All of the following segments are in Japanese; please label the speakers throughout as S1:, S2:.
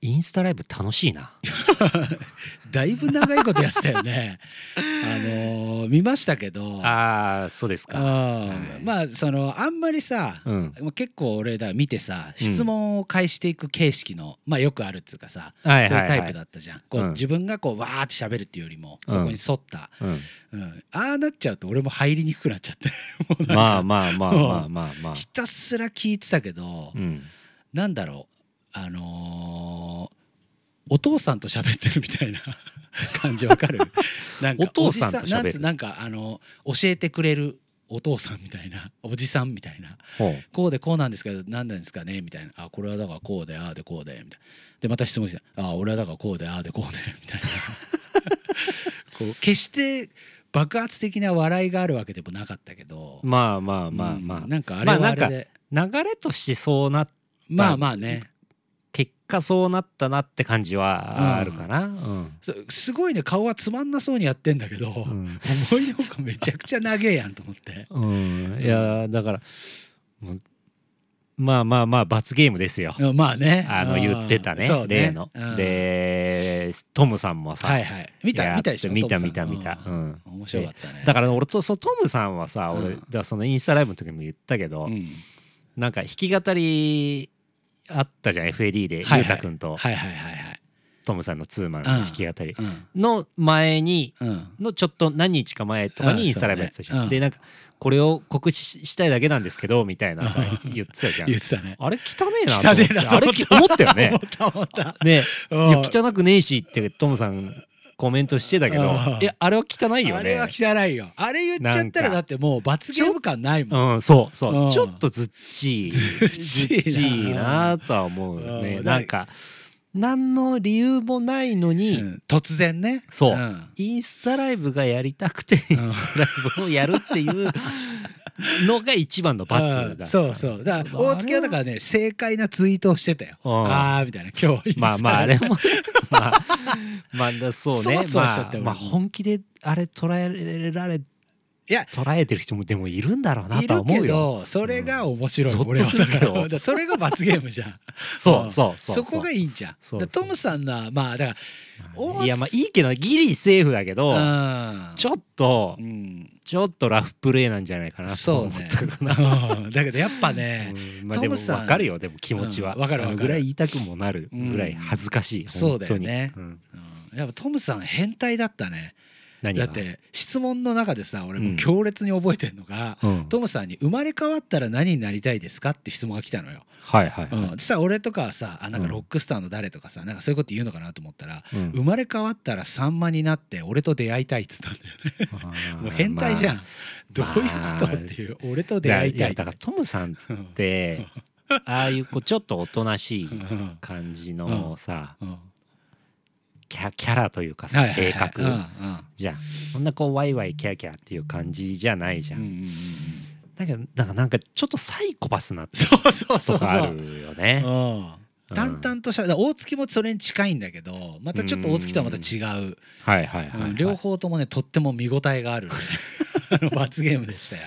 S1: インスタライブ楽しい な。
S2: だいぶ長いことやってた よねあのー見ましたけど
S1: ああ、そうです
S2: うん
S1: か。い
S2: まあそのあんまりさ、
S1: うん。
S2: もう結構俺だから見て
S1: う
S2: さ
S1: ん
S2: 質問を返していく形式の、まあよくあるっつうかさ、
S1: は
S2: そういうタイプだったじゃんこう、
S1: うん
S2: 自分がこうわーって喋るっていうよりも
S1: うん
S2: そこに沿った、
S1: うん。
S2: うんああなっちゃうと俺も入りにくくなっちゃって もうなんか
S1: まあまあまあまあまあ まあ。
S2: ひたすら聞いてたけど、
S1: うん。
S2: なんだろうあのーお父さんと喋ってるみたいな 感じ わかるなんか
S1: お父さんと
S2: おじなん
S1: 喋
S2: つ
S1: る
S2: なんかあの教えてくれるお父さんみたいなおじさんみたいな
S1: ほう。
S2: こうでこうなんですけど何なんですかねみたいなあこれはだからこうでああでこうでみたいなでまた質問してあ俺はだからこうでああでこうでみ たいなこう決して爆発的な笑いがあるわけでもなかったけど
S1: まあまあまあ
S2: う
S1: ま
S2: んなんかあれ
S1: まあ
S2: はあ
S1: な
S2: れ
S1: んか
S2: で、
S1: あ。流れとしてそうな
S2: まあまあね
S1: 結果そうなったなって感じはあるかな。うん。
S2: そうすごいね顔はつまんなそうにやってんだけど、
S1: うん
S2: 思いのほかめちゃくちゃ長えやんと 思って
S1: うん、いやーだからもうまあまあまあ罰ゲームですよ。
S2: うんまあね
S1: あの
S2: うん
S1: 言ってたね
S2: そう
S1: 例の。
S2: うん
S1: でトムさんもさ、
S2: はいはい見
S1: や
S2: た
S1: っ
S2: 見たでしょ
S1: 見た
S2: トム
S1: 見
S2: さ
S1: た
S2: ん
S1: 見た。う
S2: うん
S1: ん
S2: 面白かったね
S1: だから俺とそうトムさんはさ
S2: うん
S1: 俺だからそのインスタライブの時も言ったけど、
S2: うん
S1: なんか弾き語りあったじゃん FAD で、
S2: はいはい
S1: ゆうたくんと
S2: はいはいはいはい
S1: トムさんのツーマンの弾き語り
S2: うん
S1: の前に
S2: うん
S1: のちょっと何日か前とか
S2: うん
S1: にインスタライブやってたじゃん、
S2: そうねうん
S1: でなんかこれを告知ししたいだけなんですけどみたいなさ
S2: うん
S1: 言ってたじゃん
S2: 言ってたね
S1: あれ汚ねえなと思
S2: 汚
S1: って
S2: ねえ
S1: あれ
S2: なと思っ
S1: き
S2: た
S1: 思ったよね
S2: 思った思った
S1: ね
S2: うん
S1: いや汚くねえしってトムさんコメントしてたけど
S2: うん
S1: いやあれは汚いよ
S2: あれは
S1: ね
S2: 汚いよあれ言っちゃった
S1: な
S2: ら
S1: んか
S2: だってもう罰ゲーム感ないもん
S1: うんそうそううんちょっとずっちい
S2: ずっちいな
S1: ずっちいなとは思うよ
S2: う
S1: ね
S2: ん
S1: なんか何の理由もないのに、
S2: うん突然ね
S1: そうんインスタライブがやりたくてイ
S2: ん
S1: ンスタライブをやるっていうのが一番の罰だ
S2: う
S1: っ
S2: ん
S1: た
S2: そうそうだから
S1: まあ
S2: 大月はだからね正解なツイートをしてたよ
S1: うん
S2: あーみたいな今日
S1: まあまああれもねまあまあだそう
S2: そわ
S1: ね
S2: そわしちゃっ
S1: ま
S2: た
S1: あ
S2: よ
S1: まあ
S2: 俺も
S1: 本気であれ捉えられ
S2: いや
S1: 捉えてる人もでもいるんだろうないとは
S2: る
S1: 思
S2: け
S1: うよ
S2: どそれが面白い、
S1: うん
S2: 俺は
S1: ゾッとするけど
S2: だからだからそれが罰ゲームじゃん
S1: そううん そう
S2: そうこがいいんじゃん
S1: そう
S2: だからトムさんのはまあだか
S1: そういやまあいいけどギリセーフだけど
S2: らうん
S1: ちょっと
S2: うん
S1: ちょっとラフプレーなんじゃないかなと
S2: そう
S1: 思っ
S2: ね
S1: たかな
S2: うんだけどやっぱね、
S1: うんまあでも
S2: トムさん
S1: 分かるよでも気持ちは
S2: うんわかるわかる
S1: あのぐらい言いたくもなるぐらい恥ずかしい、
S2: ん
S1: 本当に
S2: そうだよね
S1: ん
S2: うんやっぱトムさん変態だったね
S1: 何
S2: だ
S1: が
S2: って質問の中でさ俺
S1: う
S2: も
S1: ん
S2: 強烈に覚えてるのが、
S1: うん
S2: トムさんに「生まれ変わったら何になりたいですか?」って質問が来たのよ。
S1: はいはい
S2: うん
S1: は、
S2: でさ俺とかはさあなんか
S1: うん
S2: ロックスターの誰とかさ、なんかそういうこと言うのかなと思ったら、
S1: い、うん
S2: 生まれ変わったらさんまになって俺と出会いたいっつったんだよね。もう変態じゃん、
S1: ま
S2: どういうこと、
S1: まあ
S2: っていう俺と
S1: あ
S2: 出会いた
S1: や
S2: い
S1: だからトムさん
S2: う
S1: っ
S2: ん
S1: てああいうこうちょっとおとなしい
S2: うん
S1: 感じのさ
S2: うん
S1: キャキャラというかさ
S2: はいはいはい
S1: 性格
S2: うんうん
S1: じゃんそんなこうワイワイキャーキャーっていう感じじゃないじゃ
S2: うんうん
S1: ん
S2: うんうん
S1: だけどだからなんかちょっとサイコパスな
S2: そうそうそ
S1: と
S2: う
S1: か
S2: そ
S1: あ
S2: う。
S1: るよね
S2: うん淡々としゃべだから大月もそれに近いんだけどまたちょっと大月とはまた違う、
S1: はいはい
S2: うん
S1: はい、はい、
S2: 両方ともねとっても見応 えがある、ね、あの罰ゲームでしたよ。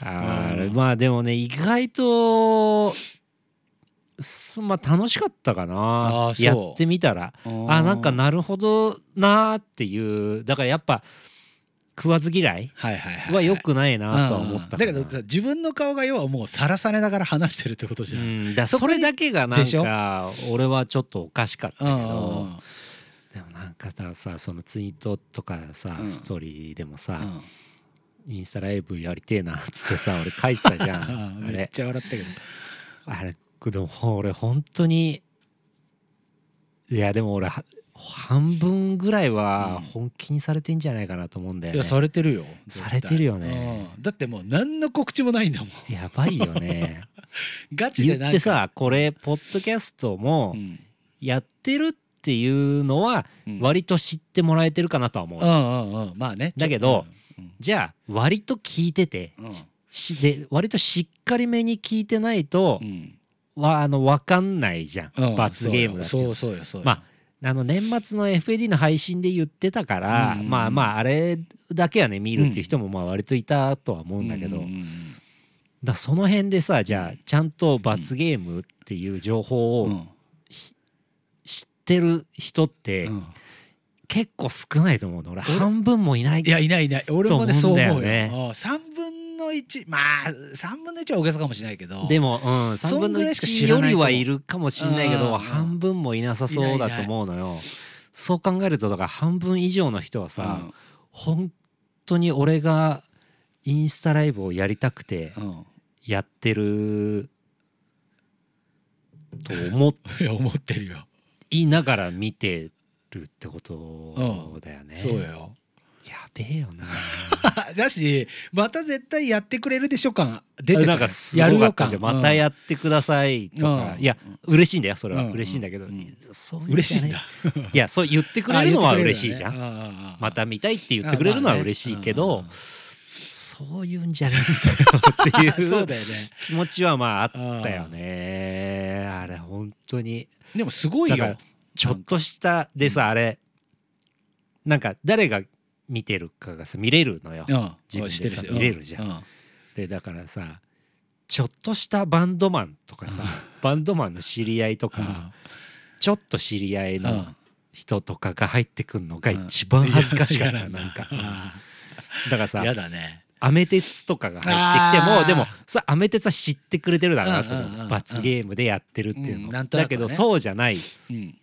S1: あー
S2: うん
S1: まあでもね意外とすまあ楽しかったかな
S2: あーそう
S1: やってみたらあなんかなるほどなーっていうだからやっぱ食わず嫌い
S2: はいはいはい、
S1: は良
S2: な
S1: くないなとは思った
S2: だけどさ自分の顔が要はもうさらされながら話してるってことじ
S1: う
S2: ゃん。
S1: ん、だから
S2: そ
S1: そ
S2: こに
S1: れだけがなんか俺はちょっとおかしかったけ
S2: うん
S1: どでもなんかさそのツイートとかさ
S2: うん
S1: ストーリーでも
S2: う
S1: さ
S2: ん
S1: インスタライブやりてえなっつってさ俺書いてた じゃんあ
S2: めっ
S1: れ
S2: ちゃ笑ったけど。
S1: あれでもほ俺本当にいやでも俺は半分ぐらいは
S2: うん
S1: 本気にされてんじゃないかなと思うんだよ
S2: い
S1: ね、
S2: やされてるよ。
S1: されてるよね
S2: うんだってもう何の告知もないんだも ん。
S1: やばいよ ね
S2: ガチ
S1: 言
S2: で
S1: っ
S2: なんか
S1: て、さこれポッドキャストも
S2: うん
S1: やってるっていうのは
S2: うん
S1: 割と知ってもらえてるかなとは思う、
S2: うんうんうんまあね
S1: だけど、
S2: ちょうん
S1: じゃあ割と聞いてて
S2: うん
S1: しで割としっかりめに聞いてないと
S2: う、ん
S1: わあの分かんないじゃん、
S2: うん
S1: 罰ゲームだって
S2: そうよそうそうよそうよ
S1: まああの年末の FAD の配信で言ってたから、
S2: うんうんうん
S1: まあまああれだけはね見るっていう人もまあ割といたとは思うんだけど、
S2: う
S1: だか
S2: ん
S1: らその辺でさじゃあちゃんと罰ゲームっていう情報
S2: うんう
S1: を
S2: んうん
S1: 知っってる人って、
S2: うん
S1: 結構少ないと思うの俺
S2: 俺
S1: 半分もいない
S2: いやいないいない俺もねそう思うよ
S1: と思うんだよね
S2: 3分の1まあ3分の1は大げさかもしれないけど
S1: でも、うん、
S2: そ
S1: 3
S2: ん
S1: 分の
S2: ぐらいしか
S1: 1
S2: 知ら
S1: よ
S2: ない
S1: り
S2: と思う
S1: はいるかもしれないけ
S2: うんう
S1: ど
S2: ん
S1: 半分もいなさそうだと思うのよ。そう考えるとだから半分以上の人はさ、本当に俺がインスタライブをやりたくて
S2: うんうん
S1: やってると 思
S2: いや思ってるよ、
S1: いながら見てるってことだよね。
S2: そうよ
S1: やべえよな。
S2: だしまた絶対やってくれるでしょ感出て
S1: な
S2: た
S1: ん
S2: よ
S1: かすごかったじ
S2: や
S1: ゃ
S2: る
S1: ん。
S2: よ感
S1: また
S2: うん
S1: やってくださいとか、
S2: うん
S1: いや嬉しいんだよそれは、
S2: うん
S1: 嬉しいんだけど、
S2: うん
S1: そううんじゃない
S2: 嬉しいんだ
S1: いやそう言ってくれるのは嬉しいじゃん、
S2: ん
S1: また見たいって言ってくれるのは嬉しいけど、そういうんじゃないんだよってい
S2: そううだよね
S1: 気持ちはまああったよねあれ本当に
S2: でもすごい
S1: だ
S2: よ
S1: からちょっとしたでさあれなんか誰が見てるかがさ見れるのよ
S2: うん
S1: 自分でさ
S2: 知ってるし
S1: 見れるじゃん
S2: うん
S1: でだからさちょっとしたバンドマンとかさ バンドマンの知り合いと
S2: うん
S1: かちょっと知り合いうの
S2: ん
S1: 人とかが入ってくんのが
S2: うん
S1: 一番恥ずかしかった
S2: 嫌
S1: なんか
S2: あ
S1: だから
S2: ー
S1: さ
S2: 嫌だね
S1: アメ鉄とかが入ってきても
S2: あー
S1: でもそれアメ鉄は知ってくれてるだろうなと
S2: うんうんうん
S1: 思
S2: う
S1: うん罰ゲームでやってるっていうの、
S2: うんなんとな
S1: だ
S2: くね
S1: けどそうじゃない
S2: うん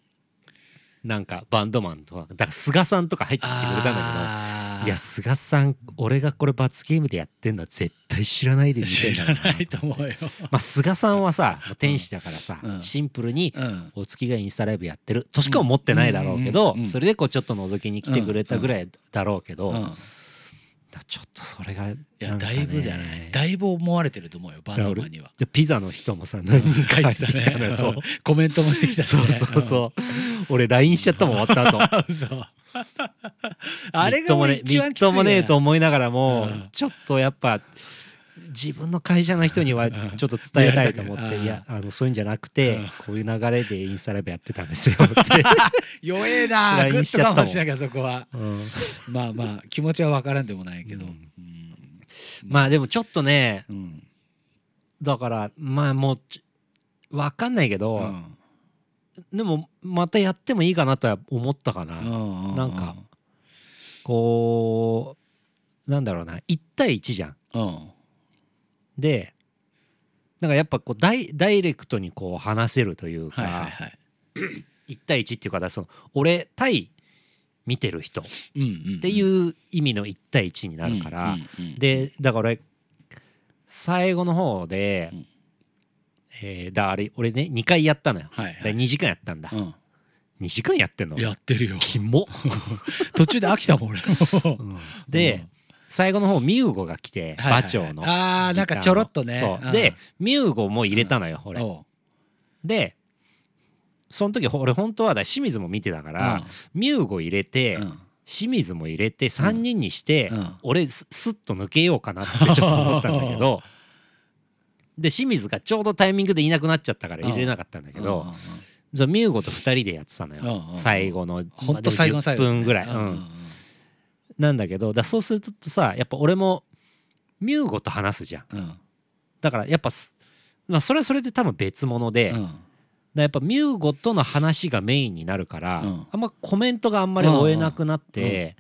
S1: なんかバンドマンとかだから菅さんとか入ってきてくれたんだけ
S2: あ
S1: ど
S2: ー
S1: いや菅さん俺がこれ罰ゲームでやってんのは絶対知らないでみたい
S2: 知
S1: だ
S2: ら
S1: ろう
S2: ないと思うよ
S1: まあ菅さんはさもう天使だからさ、
S2: うん
S1: シンプルに
S2: うん
S1: お月がインスタライブやってるとしか思ってないだろうけど、
S2: うんうんうんうん
S1: それでこうちょっと覗きに来てくれたぐらいだろうけど、
S2: うん
S1: だちょっとそれがなんか、ね、
S2: いやだいぶじゃないだいぶ思われてると思うよバンドマンには
S1: でピザの人もさ何人か入ってきた のよ、そう
S2: うんコメントもしてきたし
S1: そ
S2: ね
S1: うそうそう俺 LINE しちゃったもん終わった後
S2: うん 嘘あれがもう一番
S1: みっ
S2: きつい
S1: ともねえと
S2: 思
S1: 思いながらも、
S2: うん
S1: ちょっとやっぱ自分の会社の人にはちょっと伝えたいと思っ
S2: うん
S1: て、
S2: うん
S1: いやあのそういうんじゃなくて、
S2: うん
S1: こういう流れでインスタライブやってたんですよって、
S2: 弱えな
S1: LINE
S2: グ
S1: し
S2: ッ
S1: ちゃ
S2: と
S1: ったもん
S2: 我慢しなきゃそこは
S1: うん
S2: まあまあ気持ちは分からんでもないけど
S1: う
S2: うんん
S1: まあでもちょっとね
S2: うん
S1: だからまあもうちわかんないけ
S2: う
S1: ど、
S2: ん
S1: でもまたやってもいいかなとは思ったかな、
S2: う
S1: なんかこうなんだろうな1対1じゃん
S2: うん
S1: でなんかやっぱこうダイダイレクトにこう話せるというか、
S2: はいはいはい
S1: 1対1っていうかだからその俺対見てる人っ
S2: って
S1: いう意味の1対1になるから、でだから俺最後の方で、
S2: うん
S1: えーだあれ俺ね2回やったのよ、
S2: はい
S1: だ
S2: はい
S1: 2時間やったんだ、
S2: うん
S1: 2時間やってんの
S2: やってるよ
S1: キモ、
S2: 途中で飽きたもん俺も
S1: で、最後の方ミューゴが来て、
S2: はいはいはい
S1: 馬長の
S2: あーなんかちょろっとね
S1: そう、
S2: うん
S1: でミューゴも入れたのよ、俺
S2: おう
S1: でその時ほ俺本当はだ清水も見てたから、ミューゴ入れて、
S2: うんうん
S1: 清水も入れて3人にして、
S2: うん
S1: 俺すスッと抜けようかなってちょっと思ったんだけ どで清水がちょうどタイミングでいなくなっちゃったから入れなかったんだけど、じゃミューゴと2人でやってたのよ、
S2: うんうん
S1: 最後の
S2: ほんと最後の最後
S1: 10分ぐらい、うんなんだけどだそうするとさやっぱ俺もミューゴと話すじゃん
S2: うん
S1: だからやっぱす、まあ、それはそれで多分別物で、
S2: う
S1: だか
S2: ん
S1: らやっぱミューゴとの話がメインになるから、
S2: うん
S1: あんまコメントがあんまり追えなくなって、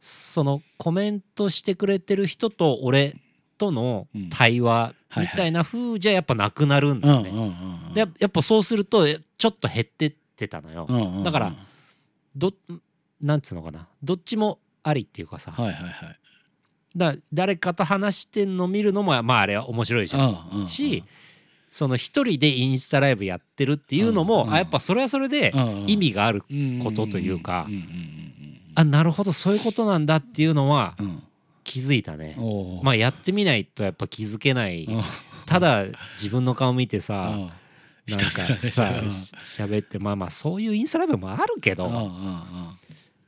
S1: そのコメントしてくれてる人と俺との対話
S2: うん
S1: みたいな風じゃやっぱなくなるんだ
S2: うんう
S1: よ
S2: ん
S1: ね。
S2: うん
S1: でやっやっぱそうするとえちょっと減ってってたのよ。
S2: うんうんうん
S1: だからどなんつうのかなどっちもありっていうかさ、
S2: はいはいはい
S1: だから誰かと話してんの見るのもまああれは面白いじゃん。
S2: うんうん
S1: しその一人でインスタライブやってるっていうのも、
S2: うんうん
S1: あやっぱそれはそれで
S2: うんうん
S1: 意味がある、
S2: うん
S1: ことというか
S2: うんうん
S1: あなるほどそういうことなんだっていうのは
S2: うんうん
S1: 気づいたね
S2: うん、おう
S1: まあやってみないとやっぱ気づけない、
S2: うん
S1: ただ自分の顔見てさ、
S2: うんひ
S1: なんか
S2: たすら
S1: さ
S2: ねうん
S1: し喋ってまあまあそういうインスタライブもあるけ
S2: うんうん
S1: ど
S2: うん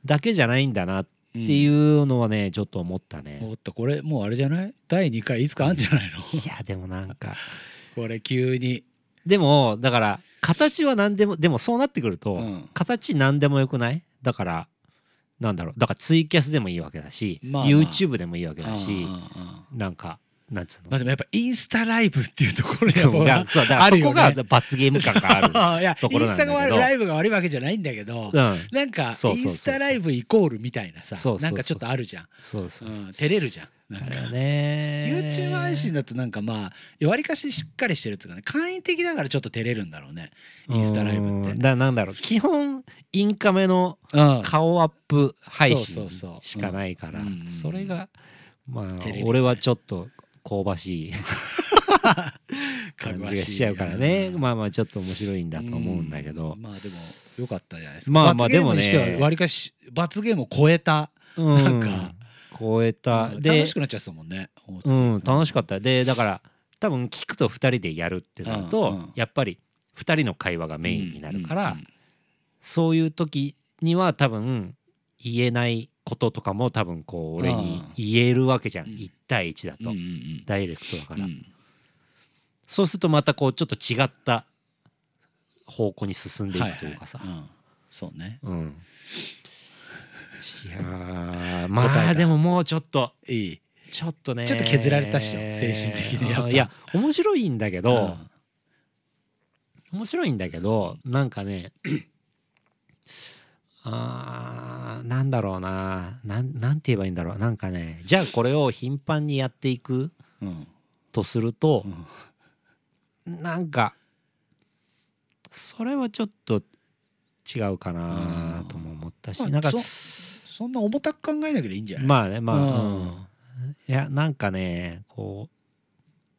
S1: だけじゃないんだなっ
S2: うん
S1: ていうのはねちょっと思ったね。
S2: おっとこれもうあれじゃない第2回いつかあんじゃないの
S1: いやでもなんか
S2: これ急に
S1: でもだから形は何でもでもそうなってくると、
S2: うん
S1: 形何でもよくないだからなんだろうだからツイキャスでもいいわけだし、
S2: まあまあ
S1: YouTube でもいいわけだ
S2: うんう
S1: し
S2: んうん
S1: なんかなんつうの
S2: まあでもやっぱインスタライブっていうところにやっぱ
S1: がそうだから
S2: あ
S1: そ
S2: るよ
S1: こ
S2: ね
S1: が罰ゲーム感がある
S2: いや
S1: とこ
S2: イ
S1: ろ
S2: ン
S1: な
S2: ス
S1: んだけ
S2: タ
S1: ど
S2: が悪いライブが悪いわけじゃないんだけど、
S1: うん
S2: なんか
S1: そうそうそ
S2: イ
S1: うそう
S2: ンスタライブイコールみたいなさ
S1: そうそうそう
S2: なんかちょっとあるじゃん、
S1: そうそううそ
S2: ん、照れるじゃんなん
S1: うだ
S2: か
S1: よね
S2: YouTube 配信だとなんかまあわりかししっかりしてるっていうかね簡易的だからちょっと照れるんだろうねインスタライブって
S1: うんだなんだろう基本インカメの
S2: うん
S1: 顔アップ配
S2: そ
S1: 信
S2: うそうそう
S1: しかないから
S2: うん
S1: それがまあ
S2: テレビ
S1: 俺はちょっと香ば しい感じがしちゃうからねまあまあちょっと面白いんだと思うんだけど
S2: まあでもよかったじゃないですか
S1: まあまあ
S2: 罰ゲー
S1: でも
S2: ム
S1: ね
S2: にしてはわりかし罰ゲームを超えた、
S1: うん
S2: なんか
S1: 超えた
S2: うん
S1: で
S2: 楽しくなっちゃってたもんね
S1: うん楽しかったでだから多分聞くと2人でやるってなる
S2: うんう
S1: と
S2: ん
S1: やっぱり2人の会話がメインになるから、
S2: うんうんうん
S1: そういう時には多分言えないこととかも多分こう俺に言えるわけじゃん
S2: うん
S1: 1対1だと、
S2: うんうん
S1: ダイレクトだか
S2: うん
S1: ら、
S2: うん
S1: そうするとまたこうちょっと違った方向に進んでいくというかさ、
S2: ははうんそうね
S1: うんいやー
S2: 答え
S1: ま
S2: た
S1: あでももうちょっと
S2: いい
S1: ちょっとね
S2: ちょっと削られたっしょ精神的にやっぱ
S1: いや面白いんだけ
S2: う
S1: ど、面白いんだけどなんかねあーなんだろうななんなんて言えばいいんだろうなんかねじゃあこれを頻繁にやっていく
S2: んうん
S1: とすると
S2: う、ん
S1: なんかそれはちょっと違うかなとも思ったし、
S2: まあ
S1: なんか
S2: そそんな重たく考えなければいいんじゃない
S1: まあねまあ、
S2: うん
S1: うんいやなんかねこう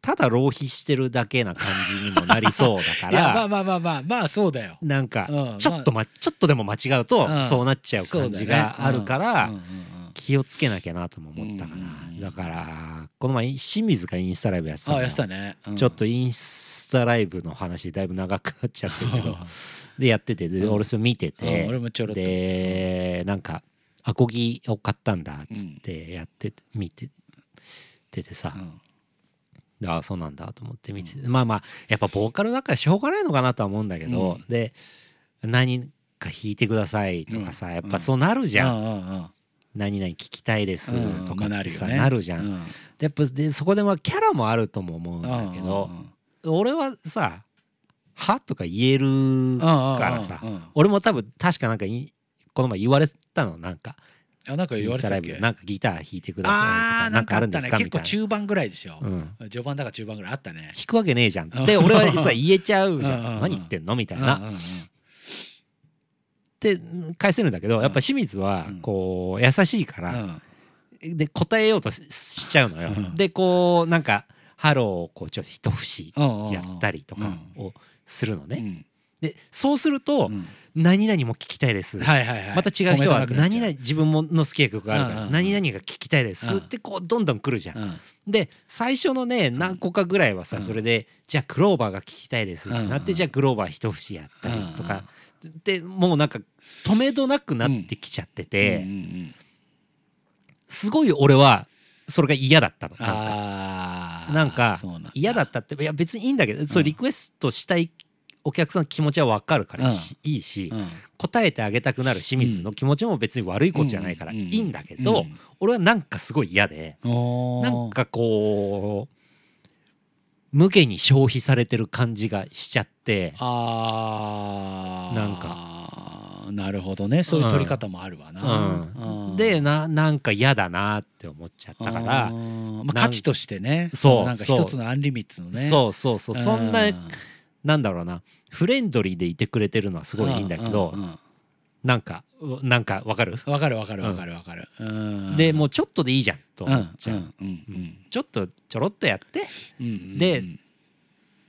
S1: ただ浪費してるだけな感じにもなりそうだか
S2: いやまあ
S1: ら
S2: まあまあまあまあそうだよ
S1: なんか
S2: うん
S1: ちょっと、まちょっとでも間違うと
S2: うん
S1: そうなっちゃう感じがあるから
S2: そうだよねうんうんうん
S1: 気をつけなきゃなとも思ったか
S2: うんうんうん
S1: らだからこの前清水がインスタライブやってた
S2: あ
S1: の
S2: あや
S1: よ
S2: ってたね、うん
S1: ちょっとインスタライブの話だいぶ長くなっちゃってるけ どでやっててで
S2: うん
S1: 俺それ見て
S2: うん俺
S1: て
S2: もちょろっと
S1: でなんかアコギを買ったんだっつってやってて見てててさ
S2: うん
S1: ああそうなんだと思って見ててまあまあやっぱボーカルだからしょうがないのかなとは思うんだけ
S2: う
S1: ど
S2: ん
S1: で何か弾いてくださいとかさやっぱそうなるじ
S2: う
S1: ゃん
S2: んうん
S1: 何々聞きたいです
S2: うん
S1: とか
S2: まあ
S1: っ
S2: な
S1: て
S2: る
S1: さ
S2: よね
S1: なるじゃ。
S2: うんん
S1: でやっぱでそこでまあキャラもあるとも思うんだけど
S2: うんうんうん
S1: 俺はさ「は?」とか言えるからさ
S2: うんうんうん
S1: 俺も多分確かなんかいこの前言われたのなんか
S2: あなんか
S1: イ
S2: 言
S1: ン
S2: わ
S1: ス
S2: れ
S1: タ
S2: て
S1: ライブで
S2: たっけ
S1: なんかギター弾いてください
S2: あ
S1: とかな
S2: ーなんん
S1: か
S2: か
S1: あ
S2: あ
S1: る
S2: る
S1: ん
S2: ん
S1: で
S2: ですす
S1: か
S2: か
S1: み
S2: 結
S1: たい
S2: 構
S1: な。
S2: 中盤ぐらいでしょ、
S1: うん
S2: 序盤だから中盤ぐらいあったね
S1: 弾くわけねえじゃんっ
S2: うん
S1: て俺はさ言えちゃうじ
S2: うんうん
S1: ゃ
S2: うんん
S1: 何言ってんのみたい
S2: うん
S1: なっ
S2: うんうん
S1: て返せるんだけどやっぱ清水は
S2: うん
S1: こう優しいから
S2: うん
S1: で答えようとししちゃうのよ
S2: う。ん
S1: でこうなんか「ハロー」をこうちょっと一節
S2: うんうん
S1: やったりとかをするの
S2: う
S1: ね。
S2: ん
S1: でそうすると
S2: うん
S1: 「何々も聞きたいです」
S2: はいはいはい
S1: また違う人は
S2: 止めたくなっち
S1: 何々
S2: ゃう
S1: 自分もの好きな曲があるか
S2: うんうん
S1: ら
S2: うん
S1: 何々が聞きたいです
S2: うん
S1: ってこうどんどん来るじゃん。
S2: うん
S1: で最初のね何個かぐらいは
S2: う
S1: さ
S2: ん
S1: それでじゃあクローバーが聞きたいですってなっ
S2: うんう
S1: て
S2: ん
S1: じゃあクローバー一節やったりとか
S2: うん
S1: でもうなんか止めどなくなってきちゃって
S2: うんう
S1: て
S2: んうん
S1: すごい俺はそれが嫌だったの。なんか
S2: あー
S1: なんか
S2: そうなんだ
S1: 嫌だったっていや別にいいんだけどそううんリクエストしたいお客さんの気持ちは分かるからいいしいいし
S2: うん
S1: 答えてあげたくなる清水の気持ちも別に悪いことじゃないから
S2: う
S1: い
S2: んうんうん
S1: いんだけど。俺はなんかすごい嫌で
S2: うんおー
S1: なんかこう無限に消費されてる感じがしちゃって
S2: あー
S1: なん
S2: なるほどねそういう取り方もあるわな、
S1: うん、でななんか嫌だなって思っちゃった
S2: だ
S1: か
S2: から、
S1: ら、
S2: ま
S1: なん
S2: あ、価値としてね
S1: そう
S2: のなんか
S1: そう
S2: 一つのアンリミッツのね
S1: そうそうそうそんな、
S2: うん
S1: なんだろうなフレンドリーでいてくれてるのはすごいいいんだけど、
S2: ううん
S1: なんかうなんかわかる、
S2: わかるわかるわかるわかる、うん
S1: でもうちょっとでいいじゃんと
S2: うんう
S1: 思
S2: ん
S1: っちゃう、
S2: うん
S1: ちょっとちょろっとやって
S2: うんうん
S1: で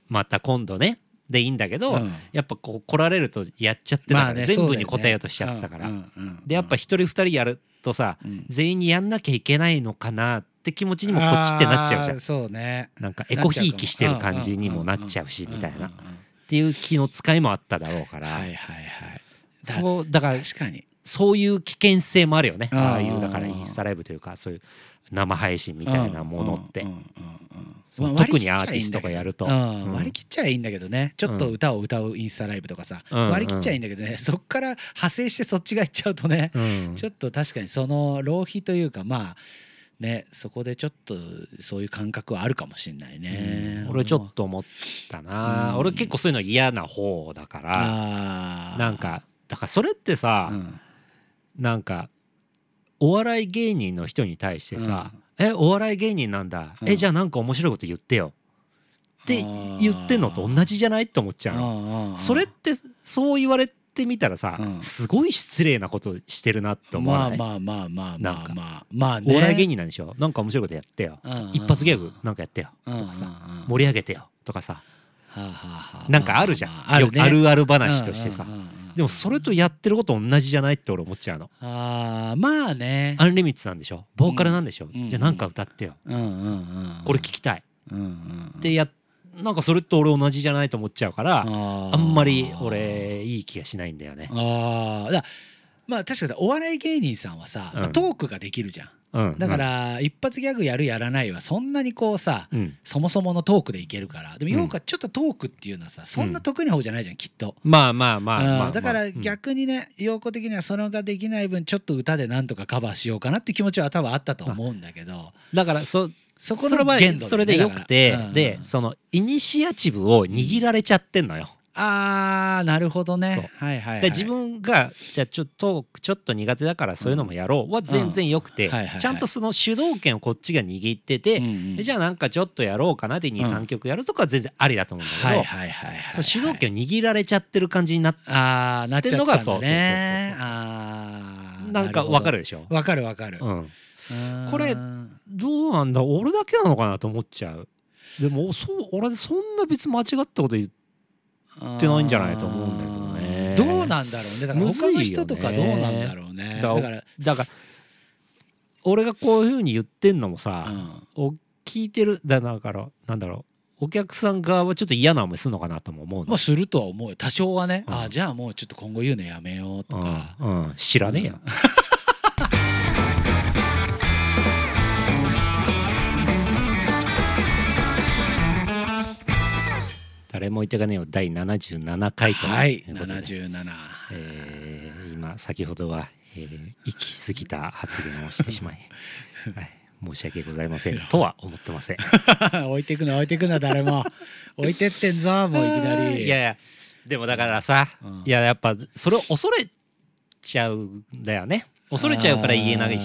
S1: また今度ねでいいんだけど、
S2: うん
S1: やっぱこう来られるとやっちゃってたから、全部に答えようとしちゃってたから、でやっぱ一人二人やるとさ全員にやんなきゃいけないのかなって気持ちにもこっちってなっちゃうじゃん
S2: そうね
S1: なんかエコひいきしてる感じにもなっちゃうしみたいなっていう気の使いもあっただろうから、
S2: はいはいはいだ
S1: そうだから
S2: 確かに
S1: そういう危険性もあるよね
S2: うんうんうん
S1: ああいうだからインスタライブというかそういう生配信みたいなものって、
S2: うんうんうんうん
S1: そう
S2: まあ
S1: 特にアーティストがやると
S2: 割り切っちゃいいんだけどう
S1: うん
S2: ん割り切っちゃいいんだけどねちょっと歌を歌うインスタライブとかさ
S1: うん
S2: 割り切っちゃいいんだけどねそっから派生してそっちが行っちゃうとね
S1: うん
S2: ちょっと確かにその浪費というかまあねそこでちょっとそういう感覚はあるかもしんないね、
S1: うん俺ちょっと思ったな、
S2: うん
S1: 俺結構そういうの嫌な方だから
S2: あー
S1: なんかだからそれってさ、
S2: うん
S1: なんかお笑い芸人の人に対してさ「えお笑い芸人なんだ、
S2: う
S1: え
S2: ん
S1: じゃあなんか面白いこと言ってよ」って
S2: あー
S1: 言ってんのと同じじゃないって思っちゃうの
S2: あー
S1: それってそう言われてみたらさ、
S2: うん
S1: すごい失礼なことしてるなって思わない、
S2: まあまあまあま
S1: な
S2: あ
S1: ん
S2: まあ
S1: か
S2: まあまあね
S1: お笑い芸人なんでしょなんか面白いことやってよ、
S2: うんうん
S1: 一発ギャグなんかやってよ、
S2: と
S1: かさ盛り上げてよとかさ
S2: さ
S1: なんかあるじゃん、
S2: あるね
S1: よくあるある話としてさ、
S2: うんうんうんうん
S1: でもそれとやってること同じじゃないって俺思っちゃうの
S2: あーまあね
S1: アンリミッツなんでしょボーカルなんでしょ、
S2: うん
S1: じゃあなんか歌ってよ、
S2: うんうんうんうん
S1: これ聞きたい
S2: うんうん
S1: ってやなんかそれと俺同じじゃないと思っちゃうから、
S2: あー
S1: あんまり俺いい気がしないんだよね
S2: ああだまあ確かにお笑い芸人さんはさ、まあ
S1: うん
S2: トークができるじゃん
S1: うん
S2: だから一発ギャグやるやらないはそんなにこうさ
S1: うん
S2: そもそものトークでいけるからでも
S1: うん
S2: ようかちょっとトークっていうのはさそんな得意な方じゃないじゃんきっと。
S1: まあまあまあまあ、ま
S2: う
S1: あ、
S2: んだから
S1: うん
S2: 逆にね陽子的にはそれができない分ちょっと歌でなんとかカバーしようかなって気持ちは多分あったと思うんだけど
S1: だからそ
S2: そこ
S1: その
S2: の
S1: 場合
S2: 限度
S1: それでよくて、
S2: だからうんうん
S1: でそのイニシアチブを握られちゃってんのよ。
S2: あーなるほど
S1: そう
S2: ねはいはいはい
S1: で自分がじゃあちょっとトークちょっと苦手だからそういうのもやろうは全然よくて、
S2: うんはいはいはい
S1: ちゃんとその主導権をこっちが握ってて、でじ
S2: ゃ
S1: ゃあなんかちょっとやろうかなで
S2: うん
S1: 23曲やるとかは全然ありだと思うんだけど、
S2: はいはいはいはい
S1: そう主導権を握られちゃってる感じになっ
S2: ああなっちゃってたんだね
S1: ってのがそうそうそうそう
S2: あー
S1: なんか
S2: るほど
S1: わかるでしょ、
S2: わかるわかる
S1: うん、
S2: うーん
S1: これどうなんだ俺だけなのかなと思っちゃう。でもそう俺そんな別に間違ったこと言ってってないんじゃないと思うんだけどね
S2: どうなんだろうねだから
S1: むずい
S2: 他
S1: よね
S2: の人とかどうなんだろうね
S1: だ
S2: だから
S1: だから俺がこういうふうに言ってんのもさ、
S2: うん
S1: お聞いてるだだからなんだろうお客さん側はちょっと嫌な思いするのかなとも思う
S2: ま
S1: の
S2: あ、するとは思うよ多少はね、
S1: うん
S2: あーじゃあもうちょっと今後言うのやめようとか、
S1: うんうん、知らねえ よ、誰も言ってかねえよ第77回と
S2: はい
S1: いうことで
S2: 77
S1: えー今先ほどは、えー行き過ぎた発言をしてし まい、はい、申し訳ございませんとは思ってません
S2: 置いてくな置いてくな 誰も置いてってんぞもういきなり
S1: いやいやでもだからさ、
S2: うん
S1: いややっぱそれを恐れちゃうんだよね恐れちゃうから言えないし
S2: あ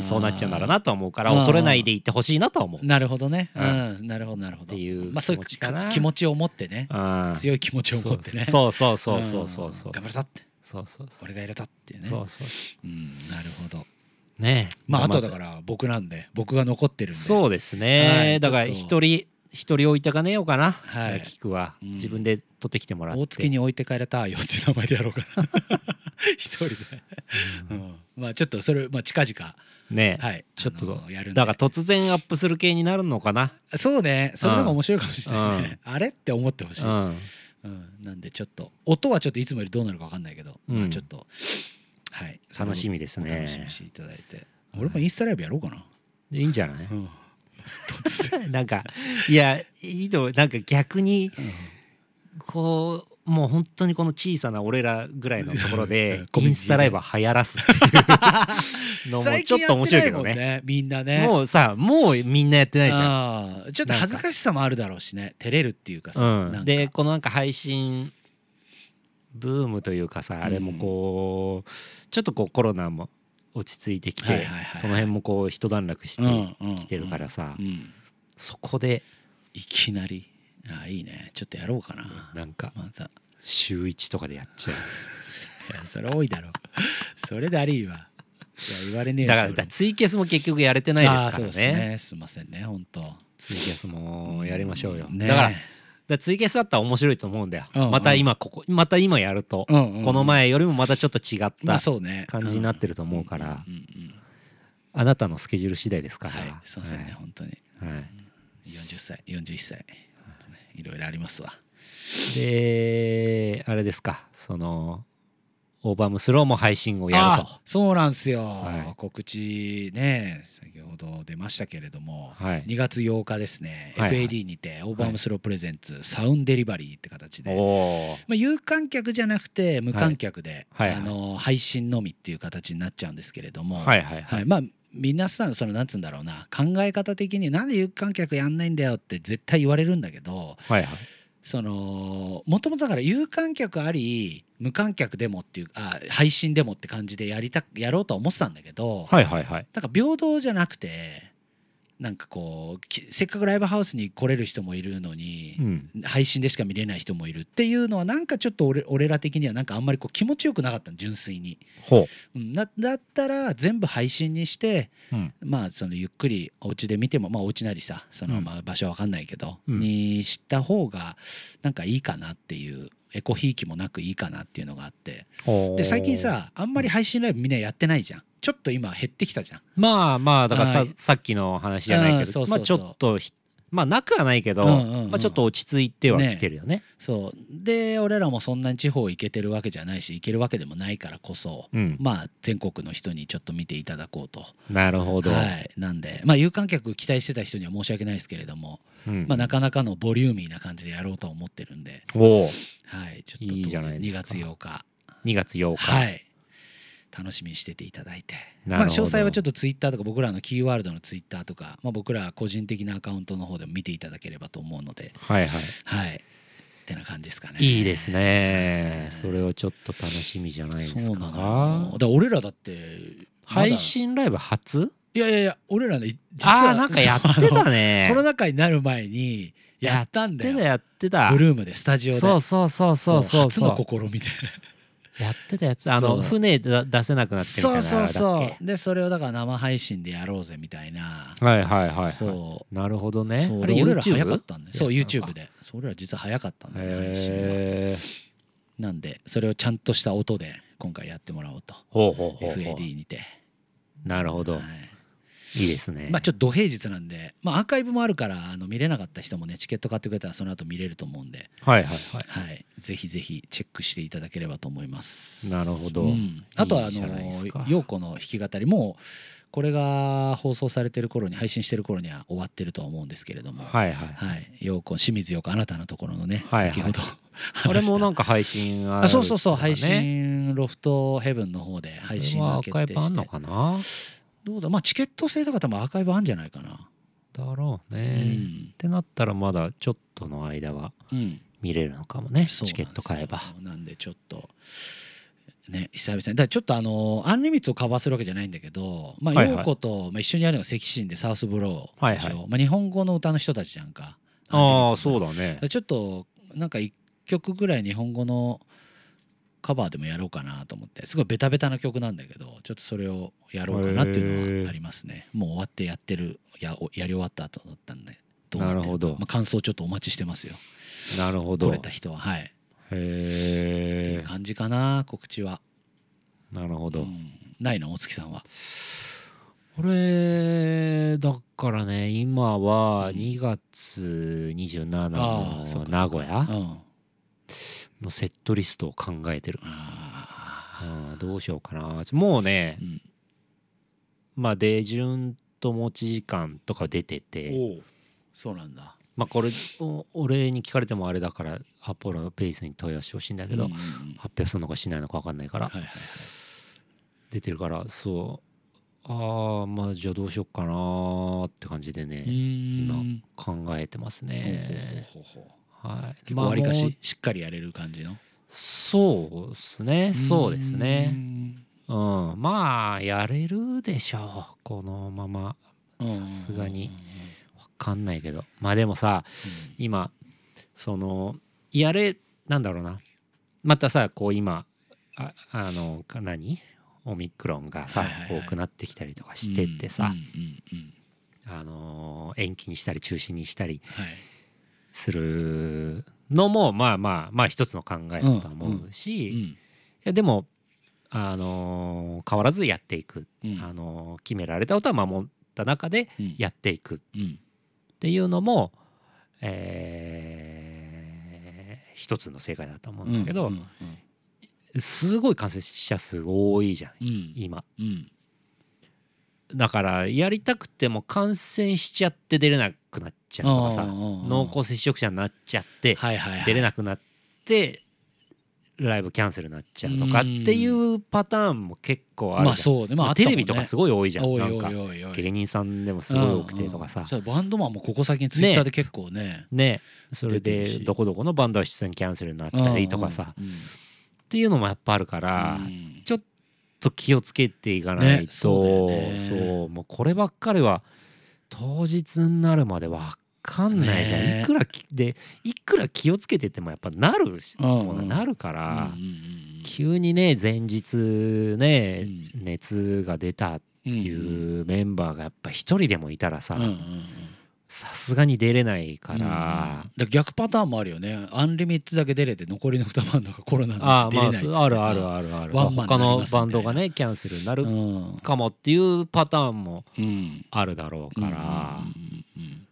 S2: ー
S1: そうなっちゃうんだろうなとは思うから
S2: うん
S1: 恐れないでいってほしいなとは思う
S2: なるほどね、
S1: う
S2: うんんなるほどなるほど
S1: っていう
S2: まあ、そういう
S1: 気持ちかな
S2: か気持ちを持ってね
S1: あ
S2: 強い気持ちを持ってね
S1: そうそうそうそうそうそうそ
S2: ん
S1: う
S2: 頑張るぞって
S1: そうそうそう
S2: 俺がやれたっていうね
S1: そうそう
S2: うんなるほど
S1: ねえ
S2: まああとはだ
S1: ら
S2: から僕なんで僕が残ってるんで
S1: そうですね、
S2: はい
S1: だから
S2: ちょっと
S1: 一人一人置いてかねようかな、
S2: はい
S1: 聞くは、
S2: うん
S1: 自分で取ってきてもらって
S2: 大月に置いて帰れたよっていう名前でやろうか な一人で、うんまあちょっとそれ、まあ、近々
S1: ね、
S2: はい
S1: ちょっと
S2: あのやるんで
S1: だから突然アップする系になるのかな、
S2: そうねそれの方が面白いかもしれないね、あれって思ってほしい、
S1: う
S2: うん
S1: ん、
S2: なんでちょっと音はちょっといつもよりどうなるか分かんないけど、
S1: うん
S2: まあちょっとはい
S1: 楽しみですね
S2: お楽しみにしていただいて俺もインスタライブやろうかな、
S1: いいんじゃない、
S2: うん突然
S1: なんかいやいいとなんか逆にこうもう本当にこの小さな俺らぐらいのところで
S2: コミ
S1: イ
S2: ュニティね
S1: ンスタライブは流行らすっていうのも
S2: 最
S1: ちょっ
S2: 近
S1: と面白いけど
S2: やって
S1: ね
S2: なもんみんなね
S1: もうさもうみんなやってないじゃん
S2: ああちょっと恥ずかしさもあるだろうしね照れるっていうかさ、
S1: う、
S2: なんん
S1: で
S2: か
S1: このなんか配信ブームというかさあれもこう、ちょっとこうコロナも落ち着いてきて、
S2: はいはいはいはい
S1: その辺もこう一段落し
S2: う
S1: て
S2: んうん
S1: きてるからさ、
S2: うん
S1: そこで
S2: いきなりああいいねちょっとやろうかな、
S1: なんか
S2: またい
S1: 週1とかでやっちゃう
S2: やそれ多いだろう それだりーわいや言われねえし
S1: だからだからツイキャスも結局やれてないです
S2: ああ
S1: か
S2: そう
S1: ら
S2: で
S1: ね
S2: すねすいませんね本当
S1: ツイキャスもやりましょうよ、
S2: ね
S1: だからだからツイキャスだったら面白いと思うんだよ、
S2: うんうん
S1: また今ここまた今やると、
S2: うんうんうん
S1: この前よりもまたちょっと違っ
S2: ま
S1: た
S2: あそうね
S1: 感じになって
S2: る
S1: ると思うから、
S2: うんうんうん
S1: あなたのスケジュール次第ですから。
S2: はいすいませんね、本当に
S1: はいはい
S2: 40歳41歳本当ねいろいろありますわ
S1: で、あれですか、その、オーバームスローも配信をやると
S2: あ。そうなんすよ、
S1: はい
S2: 告知ね先ほど出ましたけれども、
S1: はい
S2: 2月8日ですね、
S1: はいはい
S2: FAD にてオーバームスロープレゼンツ、サウンデリバリーって形で、
S1: おー
S2: まあ、有観客じゃなくて無観客で、
S1: はいはい
S2: あの配信のみっていう形になっちゃうんですけれども、
S1: はいはいは
S2: はい
S1: い。
S2: まあ皆さんそのなんつうんだろうな考え方的になんで有観客やんないんだよって絶対言われるんだけど
S1: はいはい
S2: そのもともとだから有観客あり無観客でもっていうあ配信でもって感じでやりたやろうとは思ってたんだけど
S1: はいはいはい
S2: なんか平等じゃなくてなんかこうきせっかくライブハウスに来れる人もいるのに
S1: う、ん
S2: 配信でしか見れない人もいるっていうのはなんかちょっと俺俺ら的にはなんかあんまりこう気持ちよくなかったの純粋に、
S1: ほ
S2: うん、だだったら全部配信にして
S1: ううん
S2: まあそのゆっくりお家で見てもまあお家なりさその
S1: うん
S2: まあ場所は分かんないけど、
S1: うん
S2: にした方がなんかいいかなっていうエコひいきもなくいいかなっていうのがあって
S1: ほう
S2: で最近さあんまり配信ライブみんなやってないじゃんちょっと今減ってきたじゃん
S1: まあまあだからさ
S2: はい
S1: さっきの話じゃないけ
S2: あーそ
S1: ど
S2: うそうそう
S1: まあちょっとひまあなくはないけど
S2: うんうんうん
S1: まあちょっと落ち着いては
S2: ね
S1: きてるよね
S2: そうで俺らもそんなに地方行けてるわけじゃないし行けるわけでもないからこそ
S1: うん
S2: まあ全国の人にちょっと見ていただこうと
S1: なるほど
S2: はいなんでまあ有観客期待してた人には申し訳ないですけれども
S1: うん
S2: まあなかなかのボリューミーな感じでやろうと思ってるんで
S1: おお
S2: はい、ちょっと
S1: いいじゃないですか
S2: 2月8日、
S1: 2月8日
S2: はい、楽しみにしてていただいて、
S1: な
S2: まあ、
S1: るほど
S2: 詳細はちょっとツイッターとか僕らのキーワードのツイッターとか、まあ、僕ら個人的なアカウントの方でも見ていただければと思うので、
S1: はいはい
S2: はい、ってな感じですかね。
S1: いいですね
S2: ね。
S1: それはちょっと楽しみじゃないです
S2: そうなのよだ
S1: か。
S2: から俺らだってまだ
S1: 配信ライブ初
S2: いやいやいや俺らね実
S1: あ
S2: は
S1: あー、なんかやって
S2: そうあ
S1: た
S2: の
S1: ね。
S2: コロ
S1: や
S2: ナ禍になる前にやったん
S1: っ
S2: だ
S1: て
S2: よ
S1: た、やってた
S2: ブ。ルームでスタジオで
S1: そうそうそうそう
S2: そう
S1: そう
S2: 初
S1: そ
S2: の
S1: う。
S2: 試みで
S1: やってたやつ。あ
S2: そう
S1: の、船だ出せなくなってる
S2: そ
S1: み
S2: う
S1: たいなあ
S2: そう
S1: れだっ
S2: そうでそれをだから生配信でやろうぜみたいな、
S1: け。はいはいはいは
S2: そ
S1: い。なるほど
S2: う
S1: ね
S2: そ。う
S1: あれ
S2: 俺ら早かっ
S1: YouTube?
S2: たんでそう
S1: やつなのか
S2: YouTube でそう俺ら実は早かったんだよね配信は
S1: へえ。
S2: なんでそれをちゃんとした音で今回やってもらおうと
S1: ほうほうほうほう。
S2: FAD にて
S1: なるほど
S2: は。
S1: いいですね
S2: い、まあ。ちょっと土平日なんでまあアーカイブもあるからあの見れなかった人もねチケット買ってくれたらその後見れると思うんで
S1: はいはいはい。
S2: はいぜひぜひチェックしていただければと思います
S1: なるほど
S2: うんあとはあ
S1: いいじゃないですか
S2: の陽子の弾き語りもうこれが放送されてる頃に配信してる頃には終わってるとは思うんですけれどもはい、
S1: はいはい。
S2: 陽子清水陽子あなたのところのね、
S1: はいはい
S2: 先ほど
S1: あれもなんんか配信ある
S2: あそうそうそう、
S1: とかね
S2: 配。信ロフトヘブンの方で配信が
S1: はア
S2: 決
S1: ーカイ
S2: 定
S1: ブあ
S2: し
S1: んの
S2: て
S1: かな
S2: どうだまあチケット制だから多分アーカイブあんじゃないかな、
S1: だろう
S2: う
S1: ね。
S2: ん
S1: ってなったらまだちょっとの間は
S2: うん、
S1: 見れるのかもね
S2: そう
S1: チケット買えば
S2: なんですよなんでちょっとね久々にだからちょっとあのアンリミッツをカバーするわけじゃないんだけどまあ
S1: はいはい
S2: 陽子とまあ一緒にやるのが関心でサウスブローでしょ、
S1: はいは
S2: まあ、日本語の歌の人たちじゃんか
S1: ああそう
S2: だ
S1: だね
S2: ちょっとなんか一曲ぐらい日本語のカバーでもやろうかなと思ってすごいベタベタな曲なんだけどちょっとそれをやろうかなっていうのはありますねもう終わってやってるややり終わった後だったんでどうなってか
S1: なるほど
S2: まあ、感想ちょっとお待ちしてますよ
S1: なるほど
S2: 来れ
S1: へ
S2: た人ははいっていう
S1: え
S2: 感じかな告知は、
S1: なるほ
S2: う
S1: ど
S2: んないの大月さんは
S1: これだからね今は
S2: うん
S1: 2月27
S2: ああそう
S1: の
S2: か
S1: 名古
S2: う
S1: 屋
S2: ん
S1: のセットリストを考えてる
S2: あ
S1: ああどうしようかなもうね
S2: ーうん
S1: まあ出順と持ち時間とか出てて
S2: おうそうなんだ
S1: まあこれお俺に聞かれてもあれだからアポロペースに問い合わせてほしいんだけど
S2: うんうんうん
S1: 発表するのかしないのか分かんないから
S2: はいはいはい
S1: 出てるからそうああまあじゃあどうしよっかなーって感じで
S2: う
S1: ね、
S2: ーん
S1: 考えてますね、
S2: ほうほうほうほう
S1: はい
S2: 結構わりか
S1: まあもう
S2: ししっかりやれる感じの
S1: そうですねそうですねうんまあやれるでしょうこのままわ
S2: うん
S1: さすがにかんないけどまあでもさ
S2: うん
S1: 今そのやれなんだろうなまたさこう今ああのか何オミクロンがさ、
S2: はいはいはい
S1: 多くなってきたりとかしてってさ、
S2: うんうんうんうん
S1: あのー延期にしたり中止にしたり
S2: はい
S1: するのもまあまあまあ一つの考えだとは思うし、
S2: う
S1: い
S2: ん
S1: やでも、あのー変わらずやっていく、
S2: うん
S1: あのー決められたことは守った中で
S2: うん
S1: やっていくっ
S2: うん
S1: ていうのも、えー一つの正解だと思うんだけど、
S2: うん
S1: すごい感染者数多いじゃん
S2: うん
S1: 今
S2: うん
S1: だからやりたくても感染しちゃって出れなくなっちゃうとかさ
S2: うんうんうん
S1: 濃厚接触者になっちゃって
S2: はいはいはい
S1: 出れなくなってライブキャンセルになっちゃうとかっていうパターンも結構ある
S2: まあそうねまああった
S1: テ
S2: もん
S1: レ
S2: ね
S1: ビとかすごい多いじゃん
S2: おい
S1: な
S2: お
S1: ん
S2: い
S1: か
S2: おいおい
S1: 芸人さんでもすごい多くてとかさ
S2: うんうんそうバンドマンもここ最近ツイッターで結構ね
S1: ねそれ
S2: 出て
S1: で
S2: るし
S1: どこどこのバンドは出演キャンセルになったりとかさ
S2: うんうんうん
S1: っていうのもやっぱあるから
S2: うん
S1: ちょっと気をつけていかない
S2: ね
S1: と
S2: そうだよね
S1: そうもうこればっかりは当日になるまでわかんないじゃん
S2: ね
S1: いくらきでいくら気をつけててもやっぱなるし
S2: うんうん
S1: もうなるから
S2: うんうん
S1: 急にね前日ね熱が出た
S2: うん
S1: っていうメンバーがやっぱ一人でもいたら
S2: う
S1: さ
S2: んうんうん
S1: さすがに出れないか
S2: うん
S1: ら
S2: うん、だから逆パターンもあるよねアンリミッツだけ出れて残りの2バンドがコロナで
S1: ああ
S2: 出
S1: ま
S2: れ
S1: あ
S2: ないっつって
S1: そう
S2: さ
S1: あるあるあるある
S2: ワンマンに
S1: 他
S2: なり
S1: の
S2: ますみた
S1: バ
S2: いな
S1: ンドがねキャンセルにな
S2: う
S1: る
S2: ん
S1: かもっていうパターンも
S2: うん
S1: あるだろうから、
S2: うんうんうんうん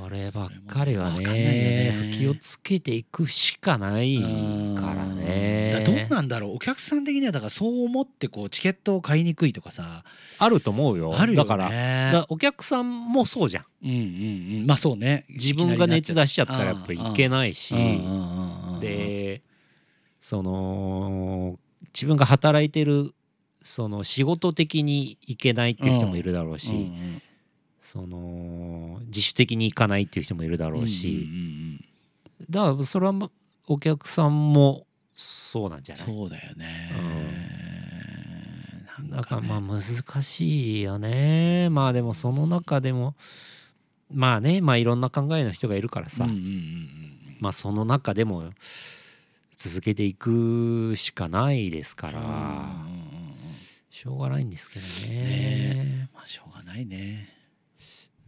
S1: こればっかりは
S2: それもわかんないよ
S1: ね
S2: ね
S1: そう気をつけていくしかないからね
S2: だからどうなんだろうお客さん的にはだからそう思ってこうチケットを買いにくいとかさ
S1: あると思うよ
S2: あるよね
S1: だからだからお客さんもそうじゃん
S2: うんうんうんまあそうね
S1: 自分が熱出しちゃったらやっぱいけないし、
S2: し
S1: でその自分が働いてるその仕事的に行けないっていう人もいるだろうし、その自主的に行かないっていう人もいるだろうし、だからそれはまお客さんもそうなんじゃない
S2: そうだよね
S1: だから
S2: ね
S1: まあ難しいよねまあでもその中でもまあねまあいろんな考えの人がいるからさ、
S2: うんうんうんうん
S1: まあその中でも続けていくしかないですから、
S2: うんうんうんうん
S1: しょうがないんですけどね
S2: ねまあしょうがないね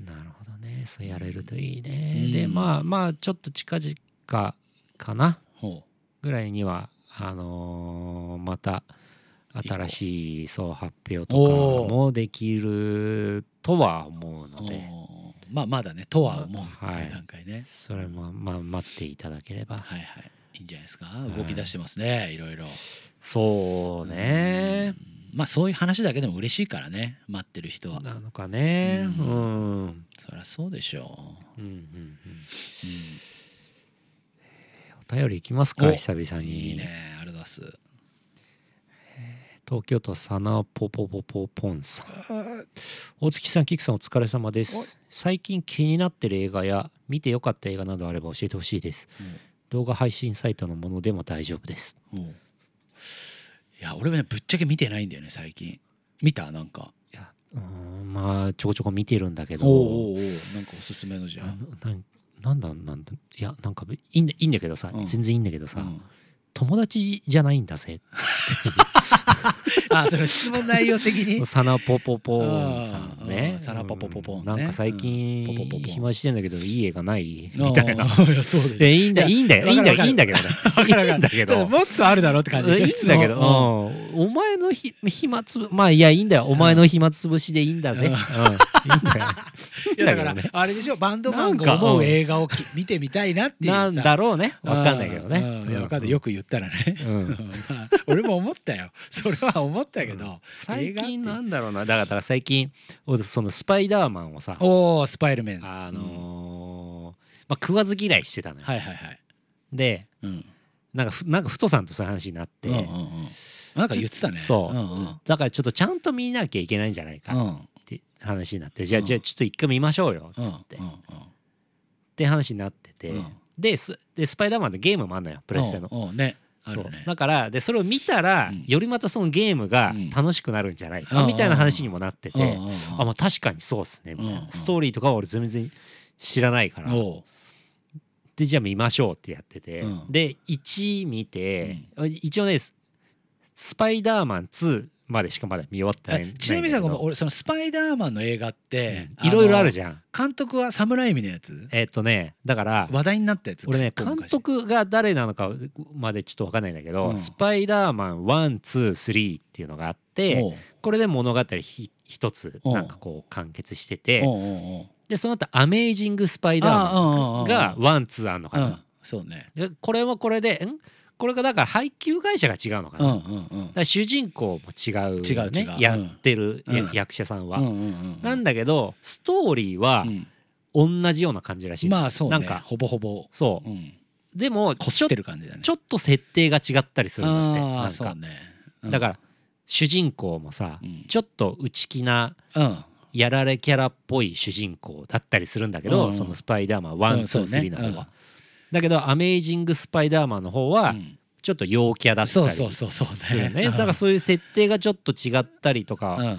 S1: なるほどねそうやれるといいね、
S2: うん
S1: でまあまあちょっと近々かな
S2: ほ
S1: ぐらいにはあのーまた新しいそう発表と
S2: お
S1: か
S2: ー
S1: もできるとは思う
S2: う
S1: ので
S2: おーまあまだねとは思うって
S1: はいいう
S2: 段階ね
S1: それもまあ待っていただければ
S2: はいはいいいんじゃないですか動き出してますねいろいろ
S1: そうね
S2: うんまあそういう話だけでも嬉しいからね待ってる人は
S1: なのかねう
S2: うん
S1: んうん
S2: そりゃそうでしょ
S1: うんうん
S2: う、
S1: お便りいきますか
S2: お
S1: 久々
S2: うん、いい
S1: に
S2: ねありがとうござい
S1: 東京都サナポポポポポンさん
S2: ます
S1: 大月さん、キクさん、お疲れ様です
S2: おい。
S1: 最近気になってる映画や見てよかった映画などあれば教えてほしいです。動画配信サイトのものでも大丈夫です。
S2: うんうんいや俺はねぶっちゃけ見てないんだよね最近見たなんか
S1: いやうーんまあちょこちょこ見てるんだけど、
S2: おうおうおうなんかおすすめのじゃん、
S1: なななんだなんだいやなんかいいんだいいんだけどさ、
S2: うん
S1: 全然いいんだけど
S2: う
S1: さ、
S2: ん、
S1: 友達じゃないんだぜ。
S2: あそれ質問内容的に
S1: サナポポポンさん
S2: う
S1: ね。
S2: んサナポポポポンね
S1: うんなんか最近、
S2: うんポポポポン
S1: 暇してんだけどいい映画ないみ たいな。
S2: うんいやそう で
S1: いやいいんだい
S2: い
S1: いんだよい
S2: わ
S1: いんだ
S2: かる
S1: よいいんだけどね。
S2: わかるわか
S1: いいんだけ
S2: る
S1: ど
S2: ただもっとあるだろうって感じで
S1: い
S2: し
S1: い
S2: ょ
S1: んだけど、う
S2: 質問
S1: ん、お前のひ暇つぶまあいやいいんだよお前の暇つぶしでいいんだぜ、うん
S2: うん
S1: いいんだよ
S2: うんいやだからあれでしょバンドマン
S1: な
S2: が
S1: んか
S2: 思
S1: う
S2: うん映画をき見てみたいなっていうさ
S1: なんだろうねわかんないけどね
S2: うんうんいやわかんないよく言ったらね。
S1: う
S2: ま
S1: ん
S2: あ俺も思ったよ。それは思ったけど。
S1: 最近な
S2: 映画って
S1: んだろうなだから最近俺そのスパイダーマンをさ
S2: おおスパイルメン。
S1: あ
S2: うん
S1: のーまあ、食わず嫌いしてたのよ、
S2: はいはいはい。
S1: で
S2: うん。
S1: なんかふなんか太さんとそういう話になって、
S2: うんうんうんなんか言ってたね。
S1: そう
S2: うんうん
S1: だからちょっとちゃんと見なきゃいけないんじゃないか
S2: うんう
S1: っ
S2: ん
S1: て話になって、じゃあ
S2: うん
S1: じゃあちょっと一回見ましょうよっ
S2: うん
S1: つ
S2: う
S1: って、っ
S2: ん
S1: て話になってて、
S2: うん
S1: でスでスパイダーマンでゲームもあんのよプレステの。
S2: うんうんね。あ
S1: そう
S2: るね。
S1: だからでそれを見たら、
S2: うん
S1: よりまたそのゲームが
S2: うん
S1: 楽しくなるんじゃない
S2: うんう
S1: か
S2: ん
S1: みたいな話にもなってて、
S2: うんうんうん
S1: あまあ確かにそうですねみたいな、
S2: うんうん
S1: ストーリーとかは俺全然知らないから、
S2: おう
S1: でじゃあ見ましょうってやってて、
S2: うん
S1: で1見て、一応ねススパイダーマン2までしかまだ見終わってない
S2: えちなみにさ、ごめん俺そのスパイダーマンの映画って
S1: いろいろある
S2: じ
S1: じゃん
S2: ゃん。監督はサムライミのやつ。
S1: えっとねだから
S2: 話題になったやつ。
S1: 俺ね
S2: 結構
S1: 監
S2: 昔。
S1: 督が誰なのかまでちょっと分かんないんだけど「
S2: うん
S1: スパイダーマン123」っていうのがあって、
S2: おう
S1: これで物語ひ一つ
S2: うん
S1: なんかこう完結してて
S2: おうおうおう
S1: でその後アメイジング・スパイダーマン
S2: あー
S1: が
S2: うんうん
S1: ワンツーあんのか
S2: う、
S1: なん
S2: そうね。
S1: でこれはこれでんこれがだから配給会社が違うのか
S2: うん
S1: な、
S2: うん
S1: だか
S2: うん。
S1: ら主人公も違う,、ね、
S2: 違う違う
S1: やってる、や
S2: うん
S1: 役者さんは、
S2: うんうんうんうん、
S1: なんだけどストーリーは
S2: うん
S1: 同じような感じらしいの、
S2: まあそうね。
S1: なんか
S2: ほぼほぼ。
S1: そう
S2: うん
S1: でも
S2: こ
S1: ち
S2: す
S1: ょ
S2: ってる感じだね
S1: ちょっと設定が違ったりするんだって
S2: あ
S1: な
S2: あ
S1: ん
S2: そう
S1: か、
S2: ね
S1: だからら主人公もさ、
S2: うん
S1: ちょっと内気な
S2: うん
S1: やられキャラっぽい主人公だったりするんだけど、
S2: うん
S1: そのスパイダーマン
S2: うん
S1: 123、
S2: そうね
S1: 3の方は、
S2: うん
S1: だけどアメイジング・スパイダーマンの方
S2: う
S1: は
S2: ん
S1: ちょっと陽キャだった
S2: そう
S1: り
S2: そうそうそう
S1: するよね
S2: うん
S1: だからそういう設定がちょっと違ったりとか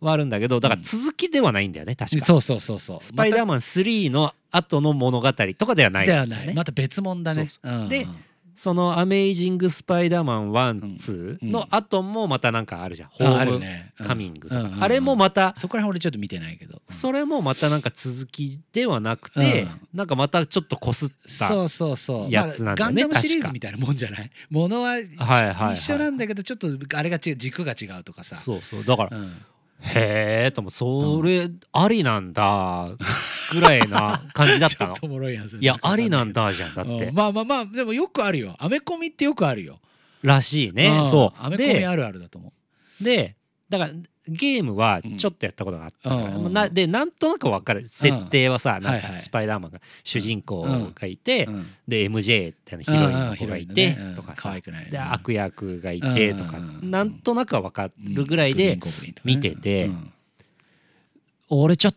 S1: はあるんだけどだから続きではないんだよね
S2: う
S1: 確
S2: ん
S1: か
S2: そうそうそうそう
S1: スパイダーマン3の後の物語とかでは
S2: ま
S1: な
S2: た
S1: いん
S2: で
S1: だよ
S2: は
S1: ね
S2: ないまた別物だねうん
S1: で
S2: うん
S1: その「アメイジング・スパイダーマン
S2: うん
S1: 1」2の後もまたなんかあるじゃん「ホ
S2: あある
S1: ー
S2: よ
S1: ム
S2: ねうん
S1: カミング」と
S2: うんうんう
S1: か
S2: ん
S1: あれもまた
S2: そこら辺俺ちょっと見てないけどうん
S1: それもまたなんか続きではなくて
S2: うん
S1: なんかまたちょっとこすった
S2: そうそうそう
S1: やつなんだよね
S2: まあガンダムシリ
S1: 確
S2: ーズ
S1: か
S2: みたいなもんじゃないものは
S1: はいはい
S2: 一緒なんだけどちょっとあれが違う軸が違うとかさ
S1: そうそうだから
S2: うん
S1: へえともそれありなんだぐらいな感じだっ
S2: ちょ
S1: た
S2: っ
S1: の
S2: とおもろいや
S1: い
S2: つ
S1: やありなんだじゃんだっ
S2: う
S1: て
S2: んまあまあまあでもよくあるよアメコミってよくあるよ
S1: らしいね
S2: ん
S1: そう
S2: アメコミ
S1: で
S2: あるあるだと思
S1: でだからゲームはちょっとやったことがあったから、
S2: うんうん
S1: なでなんとなく分かる設定はさ、なん
S2: はいは
S1: か
S2: い
S1: スパイダーマンが主人公がいて、
S2: ううん
S1: で MJ ってあのヒロインの子がいて、
S2: うんうん
S1: とか
S2: 可
S1: さ、
S2: 愛くない
S1: で
S2: うん
S1: 悪役がいてとか、
S2: うんうんうん
S1: なんとなくは分か
S2: うん
S1: るぐらいで、
S2: グリーンゴブリンとかね
S1: 見てて
S2: うん
S1: 俺ちょっ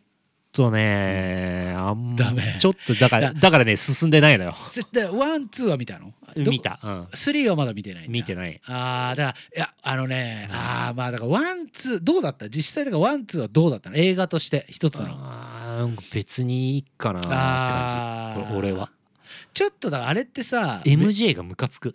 S1: とね、あんま
S2: ダメ
S1: ちょっとだからだからね進んでないのよ
S2: 絶対ワンツーは見たのど
S1: 見た、うん、
S2: スリーはまだ見てないんだ
S1: 見てない
S2: ああだからいやあのね、
S1: うん
S2: ああまあだからワンツーどうだった実際だからワンツーはどうだったの映画として一つの
S1: あーなんか別にいいかなって感
S2: あ
S1: じ
S2: ー
S1: 俺俺は
S2: ちょっとだからあれってさ
S1: MJ がムカつく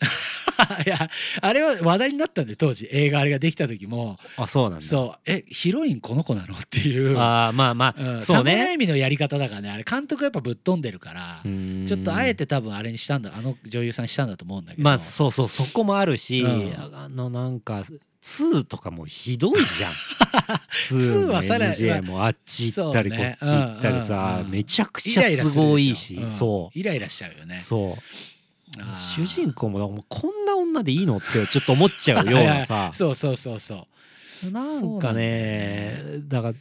S2: いやあれは話題になったんで当時映画あれができた時も
S1: あそうなんだ
S2: そうえヒロインこの子なのっていう、
S1: ああまあま
S2: うん
S1: あそう
S2: サムラ
S1: ね
S2: イミのやり方だからねあれ監督やっぱぶっ飛んでるから、ち
S1: ち
S2: ょっとあえて多分あれにしたんだあの女優さんにしたんだと思うんだけど
S1: まあそうそうそこもあるし
S2: うん
S1: あのなんか2とかもひどい じゃん
S2: 2
S1: 2
S2: は
S1: は
S2: さ
S1: さ
S2: ら
S1: ら
S2: に
S1: MJ もあっち行ったり
S2: そ
S1: こ
S2: うね
S1: っち行ったり
S2: うん
S1: さ
S2: うんうん
S1: めちゃく
S2: イ
S1: ち
S2: ラ
S1: ゃ
S2: イラ
S1: 都
S2: するでょ
S1: 合いいし
S2: うん
S1: そう
S2: イライラしちゃうよね
S1: そう
S2: あー
S1: 主人公もなんかもうこんな女でいいのってちょっと思っちゃうよう なさ
S2: そうそうそうそう
S1: なんかね
S2: そ
S1: だから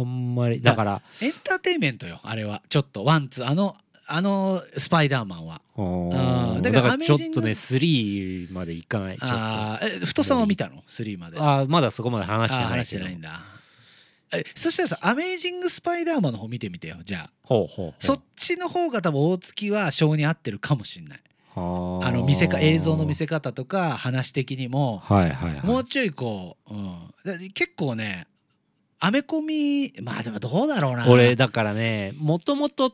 S1: あんまりだから
S2: エンターテインメントよあれはちょっとワンツーあのあのスパイダーマンは
S1: うん
S2: だ
S1: だ
S2: から
S1: からちょっ
S2: アメージン
S1: と
S2: グ
S1: ね3までいかないちょっとあ
S2: あーえ太さんは見たの3まであ
S1: ーまだそこまで話して
S2: ー
S1: ない
S2: 話し
S1: け
S2: て
S1: ど
S2: ないんだえそしたらさ「アメイジング・スパイダーマン」の方見てみてよじゃあ
S1: ほうほうほう
S2: そっちの方が多分大月は性に合ってるかもしんない
S1: あ
S2: あの見せか映像の見せ方とか話的にも
S1: はいはいはい
S2: もうちょいこう、うんだ、結構ねアメコミまあでもどうだろうな
S1: 俺だからねもともと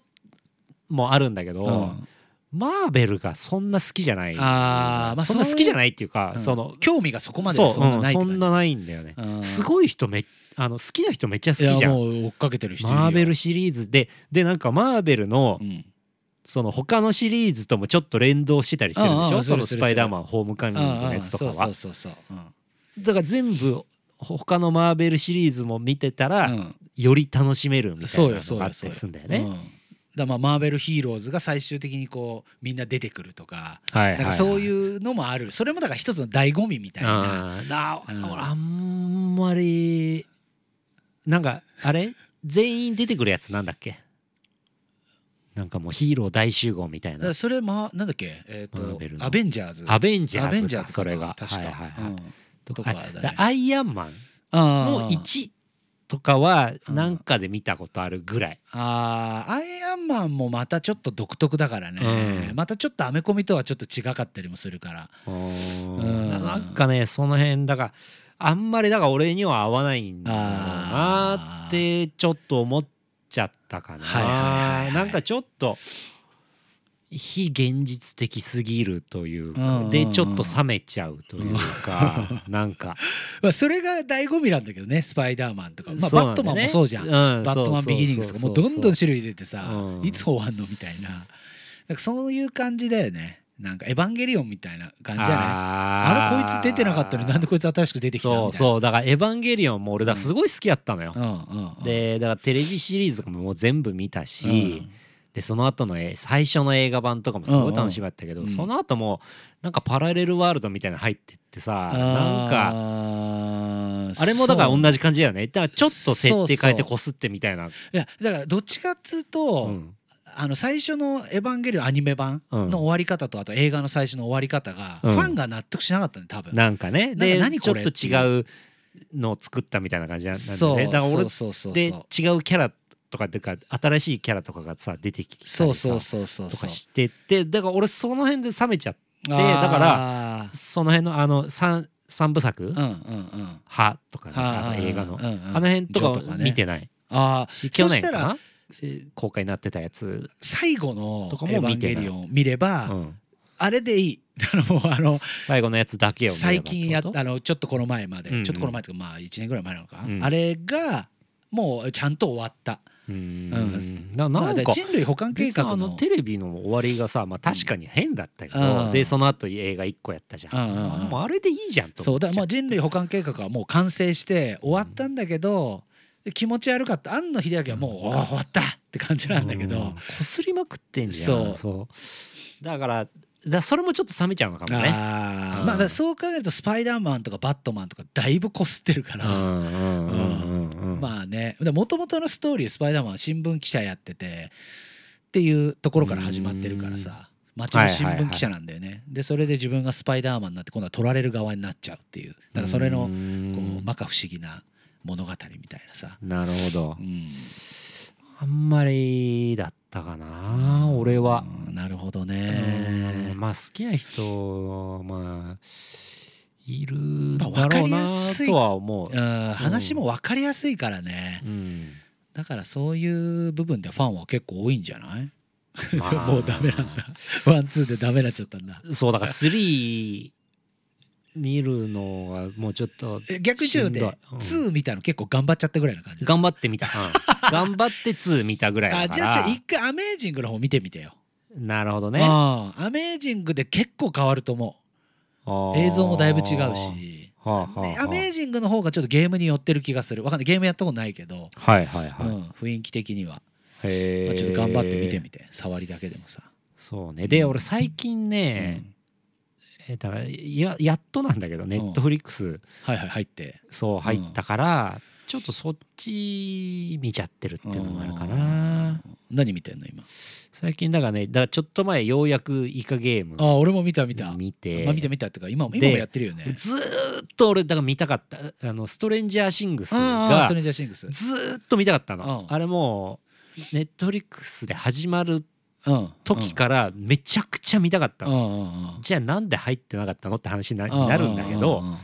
S1: もあるんだけど、
S2: うん
S1: マーベルがそんな好きじゃない
S2: あーまあ
S1: そんな
S2: そう
S1: 好きじゃないっていうか、
S2: うん
S1: その
S2: 興味がそこまで
S1: そう
S2: そんなないっ
S1: う
S2: て
S1: ん、そん
S2: 感
S1: なないんだよね、
S2: じうん
S1: すごい人めあの好きな人めっちゃ好き
S2: い
S1: じ
S2: や
S1: ゃ
S2: も
S1: ん
S2: う追っかけてる人いるよ
S1: マーベルシリーズででなんかマーベルの、
S2: うん
S1: その他のシリーズともちょっと連動してたりしてるで
S2: うんうん
S1: し
S2: う
S1: ょ
S2: ん
S1: その
S2: するす
S1: ス
S2: る
S1: パイダーマンホームカミング
S2: うん
S1: の
S2: う
S1: や
S2: ん
S1: つとかは
S2: そうそうそうそう
S1: だから全部ほ他のマーベルシリーズも見てた
S2: う
S1: ら、
S2: んうん
S1: より楽しめるみたい
S2: そう
S1: な
S2: よそ
S1: の
S2: う
S1: があ
S2: よ
S1: った
S2: そう
S1: り
S2: よ
S1: するんだよ
S2: う
S1: ね。
S2: んだからまあマーベルヒーローズが最終的にこうみんな出てくるとか
S1: はい
S2: なんかそういううのもあるそれもだから一つの醍醐味みたいな
S1: ああ
S2: うん
S1: 俺あんまりなんかあれ全員出てくるやつなんだっけなんかもうヒーロー大集合みたい
S2: だか
S1: な
S2: らそれまなんだっけえっ
S1: マーベル
S2: と
S1: の
S2: アベンジャーズ
S1: アベンジャーズか
S2: アベンジャーズか
S1: それが
S2: 確か
S1: はいはいはい
S2: うん
S1: と
S2: と
S1: か
S2: か
S1: あ
S2: だね
S1: だアイアンマン
S2: あ
S1: の
S2: ー
S1: 1とかはなんかで見たことあるぐらい
S2: あーアイアンマンもまたちょっと独特だからね、
S1: うん
S2: またちょっとアメコミとはちょっと違かったりもするからん
S1: ななんかねその辺だからあんまりだから俺には合わないんだろうなってちょっと思っちゃったかな、
S2: はいはいはいはい
S1: なんかちょっと非現実的すぎるというか、
S2: うんうんうん
S1: でちょっと冷めちゃうという か、なんか、
S2: まあ、それが醍醐味なんだけどねスパイダーマンとか、まあ、
S1: そう
S2: バ
S1: な
S2: ッ
S1: だよ
S2: トマン
S1: ね
S2: もそうじゃん、
S1: ん
S2: バットマンビギニングスとかもうどんどん
S1: そ
S2: 種類出てさ、
S1: うん
S2: いつ終わんのみたいななんかそういう感じだよねなんかエヴァンゲリオンみたいな
S1: う
S2: 感じじゃない
S1: あ
S2: あ
S1: ー
S2: れこいつ出てなかったのになんでこいつ新しく出てきたみたい
S1: そ
S2: な
S1: うそうだから「エヴァンゲリオン」も俺だからすごい好きやったのよ、
S2: うんうんうん、
S1: でだからテレビシリーズとかももう全部見たし、
S2: うん
S1: でその後のえ最初の映画版とかもすごい楽しみだったけど、
S2: うんうん
S1: その後もなんかパラレルワールドみたいなの入ってってさ
S2: あー
S1: なんかあれもだから
S2: そう
S1: 同じ感じだよねだからちょっと設定変え
S2: そうそ
S1: て
S2: う
S1: こすってみたいな、
S2: いやだからどっちかっつうと、
S1: うん
S2: あの最初の「エヴァンゲリオン」アニメ版
S1: うん
S2: の終わり方とあと映画の最初の終わり方がフ
S1: うん
S2: ァンが納得しなかったね多分。
S1: なんかねで
S2: なんか何
S1: ちょ
S2: こ
S1: っ
S2: れ
S1: と違うのを作ったみたいな感じなんだ
S2: そ
S1: よ
S2: う
S1: ねだから俺
S2: そうそうそうそう
S1: で違うキャラとかっていうか新しいキャラとかがさ出てきたりさ
S2: そうそうそうそう
S1: と
S2: そ
S1: か
S2: う
S1: しててだから俺その辺で冷めちゃっ
S2: あ
S1: でだ
S2: ー
S1: その辺のあの三三部作
S2: うんうんうん
S1: 「は」とかねあ
S2: あ
S1: の
S2: ー
S1: 映画の
S2: うんうん
S1: あの辺とか
S2: ジョーとか
S1: は
S2: ね
S1: 見てない
S2: あー
S1: し去年か
S2: そしたら
S1: なえ公開になってたやつ
S2: 最後の
S1: とか
S2: 「エ
S1: も
S2: ヴァ
S1: 見
S2: ン
S1: てない
S2: ゲリオン」見れば、
S1: うん
S2: あれでい いあのもうあの
S1: 最後のやつだけを見れば
S2: 最近やっ
S1: ってこと
S2: あのちょっとこの前まで、
S1: うんうん
S2: ちょっとこの前っていうかまあ1年ぐらい前なのか、
S1: うん
S2: あれがもうちゃんと終わった
S1: うー
S2: うん
S1: んな
S2: ま
S1: な
S2: あ
S1: ん
S2: だ
S1: から
S2: 人類保管計
S1: 別に
S2: 画
S1: あ
S2: の
S1: のテレビの終わりがさ、まあ、確かに変だったけど、
S2: うん
S1: でその後映画1個やったじゃん、
S2: うんうんうん
S1: もうあれでいいじゃんと
S2: そ
S1: 思
S2: う
S1: っちゃ
S2: だ
S1: っ
S2: か
S1: て
S2: らもう人類保管計画はもう完成して終わったんだけど、気持ち悪かった庵野秀明はもう
S1: うん、
S2: おー終わったって感じなんだけど、
S1: うんこすりまくってんじゃん
S2: そう
S1: そうだからだからそれもちょっと冷めちゃうのかもね
S2: あー
S1: うん
S2: まあだからそう考えると「スパイダーマン」とか「バットマン」とかだいぶこすってるか
S1: う
S2: ら、
S1: んうんうんうんうん
S2: まあねもともとのストーリー「スパイダーマン」は新聞記者やっててっていうところから始まってるからさ町の新聞記者なんだよね、でそれで自分がスパイダーマンになって今度は取られる側になっちゃうっていうだからそれの
S1: う
S2: こ
S1: ん
S2: う摩訶不思議な物語みたいなさ、
S1: なるほど
S2: うん、
S1: あんまりだったかな俺は、
S2: うんなるほど
S1: う
S2: ね
S1: んまあ好きな人まあいる
S2: ま
S1: だろ
S2: あ
S1: う
S2: わか
S1: な
S2: りやすい
S1: とは思う、
S2: うん話も分かりやすいからね、
S1: うん
S2: だからそういう部分でファンは結構多いんじゃない
S1: まあ
S2: もうダメなんだワンツーでダメになっちゃったんだ
S1: そうだから3見るのはもうちょっと
S2: え逆にちょっと
S1: しん
S2: 待
S1: どいうん
S2: って2見たの結構頑張っちゃったぐらいの感じ
S1: 頑張って みた、うん頑張って2見たぐらいだ
S2: あ
S1: か
S2: じゃあじゃ
S1: ら
S2: あ一回アメージングの方見てみてよ、
S1: なるほど
S2: ね、
S1: ね
S2: アメージングで結構変わると思う映像もだいぶ違うし
S1: はあはあは
S2: で
S1: あ
S2: アメージングの方がちょっとゲームに寄ってる気がするわかんないゲームやったことないけど、
S1: はいはいはい、
S2: うん、雰囲気的には、
S1: へえ
S2: まあちょっと頑張って見てみて触りだけでもさ、
S1: そうねで俺最近ね、えだからややっとなんだけどネットフリックス
S2: はいはい入って
S1: そう入ったから、ちょっとそっち見ちゃってるっていうのもあるか
S2: う
S1: なん
S2: 何見てんの今
S1: 最近だからねだからちょっと前ようやくイカゲーム
S2: ああ俺も見た見た、
S1: 見て
S2: まあ、見た見たっていうか今も
S1: で
S2: 今もやってるよね
S1: ずーっと俺だから見たかったあのストレンジャーシングス
S2: ああ
S1: が
S2: ストレンジャーシングス
S1: ずーっと見たかったの、
S2: うん
S1: あれもうネットフリックスで始まる
S2: うん
S1: 時からめちゃくちゃ見たかった
S2: うん
S1: の、
S2: うんうん
S1: じゃあなんで入ってなかったのって話にな
S2: うん
S1: なるんだけど、
S2: うんうんうん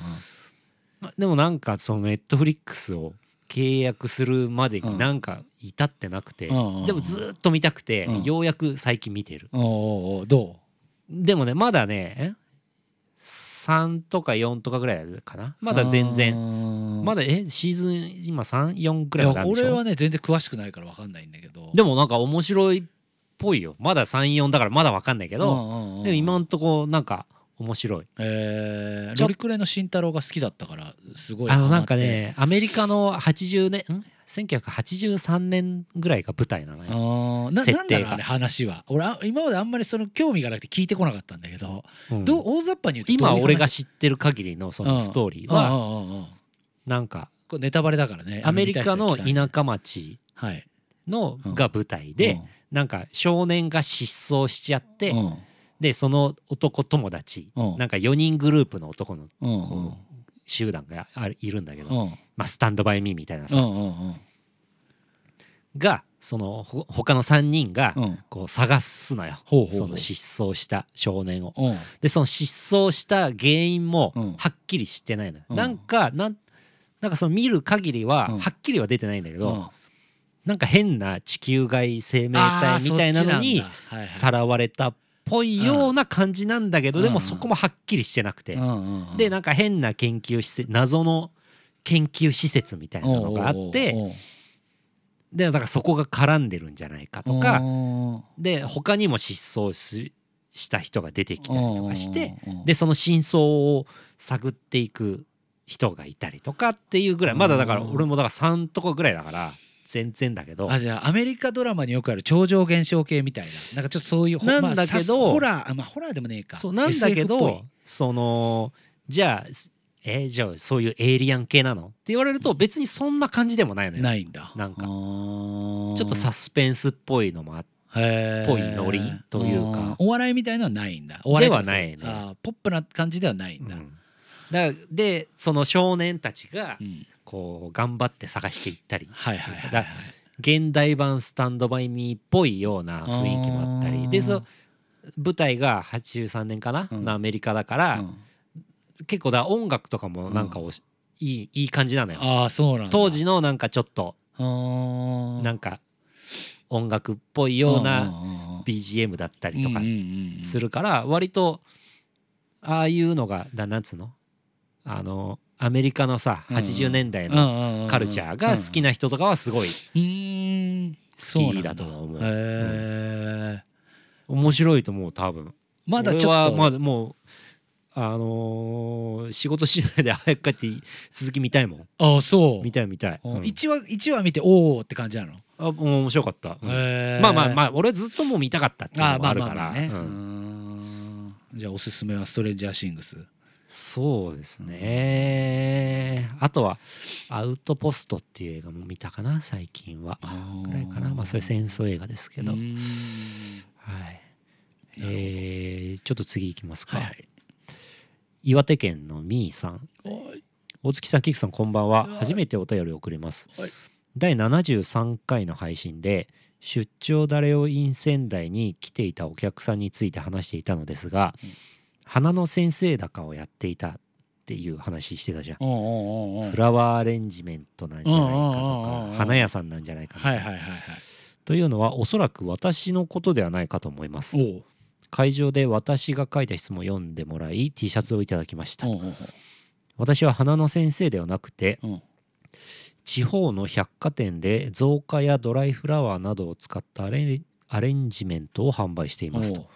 S1: まあでもなんかそのネットフリックスを契約するまで
S2: うん
S1: になんか至ってなくて、
S2: うんうん
S1: でもずーっと見たくて、
S2: うん
S1: ようやく最近見てる
S2: おうおうおうどう
S1: でもねまだね3とか4とかぐらいかなまだ全然
S2: 然
S1: ま
S2: だ
S1: だえシーズン今34くらいまであるんでし
S2: 俺
S1: ょ
S2: はね全然詳しくないから分かんないんだけど
S1: でもなんか面白いっぽいよまだ34だからまだわかんないけ
S2: け
S1: ど、でも今んとこなんか面白い
S2: えー、
S1: ちょ
S2: ロリクレの慎太郎が好きだったからすごい
S1: あの
S2: ハマ
S1: な
S2: っ
S1: ん
S2: て
S1: かねアメリカの80年ん1983年ぐらいが舞台なの
S2: あ
S1: よ、
S2: ーな
S1: 設
S2: なんだ
S1: 定が
S2: ろうあれ話は俺あ今まであんまりその興味がなくて聞いてこなかったんだけど、
S1: うん
S2: どう大雑把に言うと
S1: 今
S2: どういう話
S1: 俺が知ってる限りのそのストーリー
S2: う
S1: は
S2: んうんうんうん
S1: なんか
S2: これネタバレだからね
S1: アメリカの
S2: 見たい人は聞
S1: 田舎町
S2: かないはい
S1: の
S2: うん
S1: が舞台でなんか少年が失踪しちゃって
S2: うん
S1: でその男友達
S2: うん
S1: なんか4人グループの男の
S2: うんうん
S1: こ集団があるいるんだけど、
S2: うん
S1: まあ、スタンドバイミーみたいな
S2: う
S1: さ、
S2: んうん
S1: がそのほ他の3人が
S2: うんうん
S1: こう探すのよ、
S2: ほうほうほう
S1: その失踪した少年を。
S2: うん
S1: でその失踪した原因も
S2: うん
S1: はっきりしてないのよ。
S2: うん
S1: なんかなんなんかその見る限りは
S2: うん
S1: はっきりは出てないんだけど、
S2: うん
S1: なんか変な地球外生命
S2: あ
S1: 体
S2: ー
S1: みたいなのに
S2: そっちなんだはいはい
S1: さらわれたっぽいような感じなんだけど、
S2: うん
S1: でもそこもはっきりしてなくて、
S2: うんうんうん
S1: でなんか変な研究施設謎の研究施設みたいなのがあって。
S2: おうおうおう
S1: でだからそこが絡んでるんじゃないかと
S2: う
S1: か
S2: ん
S1: で他にも失踪しした人が出てきたりとかして
S2: うんうんうん
S1: でその真相を探っていく人がいたりとかっていうぐらいまだだから
S2: うん
S1: 俺もだから3とかぐらいだから全然だけど
S2: あじゃあアメリカドラマによくある超常現象系みたいななんかちょっとそういうほ
S1: なん
S2: まあ
S1: だけど
S2: サスホラーあまあホラーでもねえか
S1: そうなんだけ
S2: SF っぽい
S1: どそのじゃあえーじゃあそういうエイリアン系なのって言われると別にそんな感じでもないのよ
S2: ないんだ
S1: なんか
S2: ち
S1: ちょっとサスペンスっぽいのもあっ
S2: へー
S1: ぽいノリというか
S2: んお笑いみたいのはないんだお笑いとかさ
S1: ではないね
S2: あーポップな感じではないんだ、
S1: うんだからでその少年たちが
S2: うん
S1: こう頑張って探していったり
S2: はいはいはい、は
S1: だ
S2: い、
S1: 現代版「スタンドバイミー」っぽいような雰囲気もあった
S2: あ
S1: り
S2: ー
S1: でそ舞台が83年かな、
S2: うん
S1: のアメリカだから、
S2: うん
S1: 結構だから音楽とかもなんかおしいいいい感じなのよ
S2: ああそうなんだ
S1: 当時のなんかちょっとな
S2: なん
S1: か音楽っぽいような BGM だったりとかするから割とああいうのがだなんつうのあのアメリカのさ
S2: うんうん
S1: 80年代の
S2: の
S1: カルチャーが好きな人とかはすごい
S2: 好
S1: 好きだと思う
S2: へえ
S1: 面白いと思う多分
S2: まだ
S1: 俺
S2: ちょっ
S1: は
S2: と
S1: まだもうあのー仕事しないで早く帰って続き見たいもん
S2: ああそう
S1: 見たい見たい、うん
S2: 1話一話見ておおって感じなの
S1: あもう面白かった、うん
S2: へー
S1: まあまあまあ俺はずっともう見たかったっていう
S2: あ
S1: の
S2: あ
S1: も
S2: ま
S1: あ
S2: あ
S1: る
S2: ま
S1: か
S2: あま
S1: ら
S2: あね
S1: う
S2: うんんじゃあおすすめはストレンジャーシングス
S1: そうですねあとは「アウトポスト」っていう映画も見たかな最近はぐらいかなまあそれ戦争映画ですけど、
S2: う
S1: はい
S2: ん
S1: えーちょっと次いきますか、
S2: はいはい
S1: 岩手県のみーさん
S2: はい
S1: 大月さんキクさんこんばんは
S2: はい
S1: 初めてお便りを送ります、
S2: はい
S1: 第73回の配信で出張ダレオイン仙台に来ていたお客さんについて話していたのですが、
S2: うん
S1: 花の先生だかをやっていたっていう話してたじゃん、
S2: おうおうおうおう
S1: フラワーアレンジメントなんじゃないか
S2: うんうんうんうん
S1: と
S2: うん
S1: か花屋さんなんじゃないかみた
S2: はいい
S1: な
S2: はいはいはい
S1: というのはおそらく私のことではないかと思います
S2: おう
S1: 会場で私が書いた質問を読んでもらい T シャツをいただきました
S2: おうおう
S1: 私は花の先生ではなくて
S2: おう
S1: 地方の百貨店で造花やドライフラワーなどを使ったアレンアレンジメントを販売していますと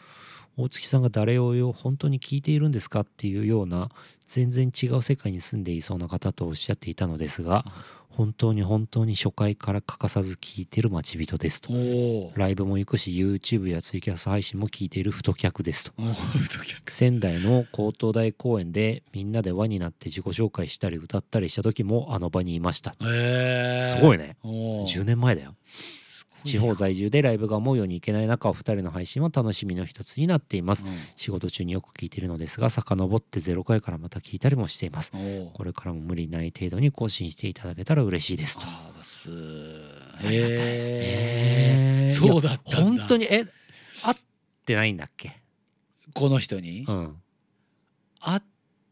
S1: 大月さんが誰をよ本当に聞いているんですかっていうような全然違う世界に住んでいそうな方とおっしゃっていたのですが本当に本当に初回から欠かさず聞いてる待ち人ですと
S2: おうおう
S1: ライブも行くし YouTube やツイキャス配信も聞いている太客ですと
S2: おう太客
S1: 仙台の高等大公園でみんなで輪になって自己紹介したり歌ったりした時もあの場にいました
S2: へえ
S1: すごいね
S2: おう
S1: 10年前だよ
S2: すごいな
S1: 地方在住でライブが思うように行けない中お二人の配信は楽しみの一つになっています仕事中によく聞いているのですが遡って0回からまた聞いたりもしています
S2: うんおう
S1: これからも無理ない程度に更新していただけたら嬉しいですと
S2: ああだす
S1: ありがたいですね
S2: へーそうだったんだ
S1: 本当にえ会ってないんだっけ
S2: この人に
S1: うん
S2: 会っ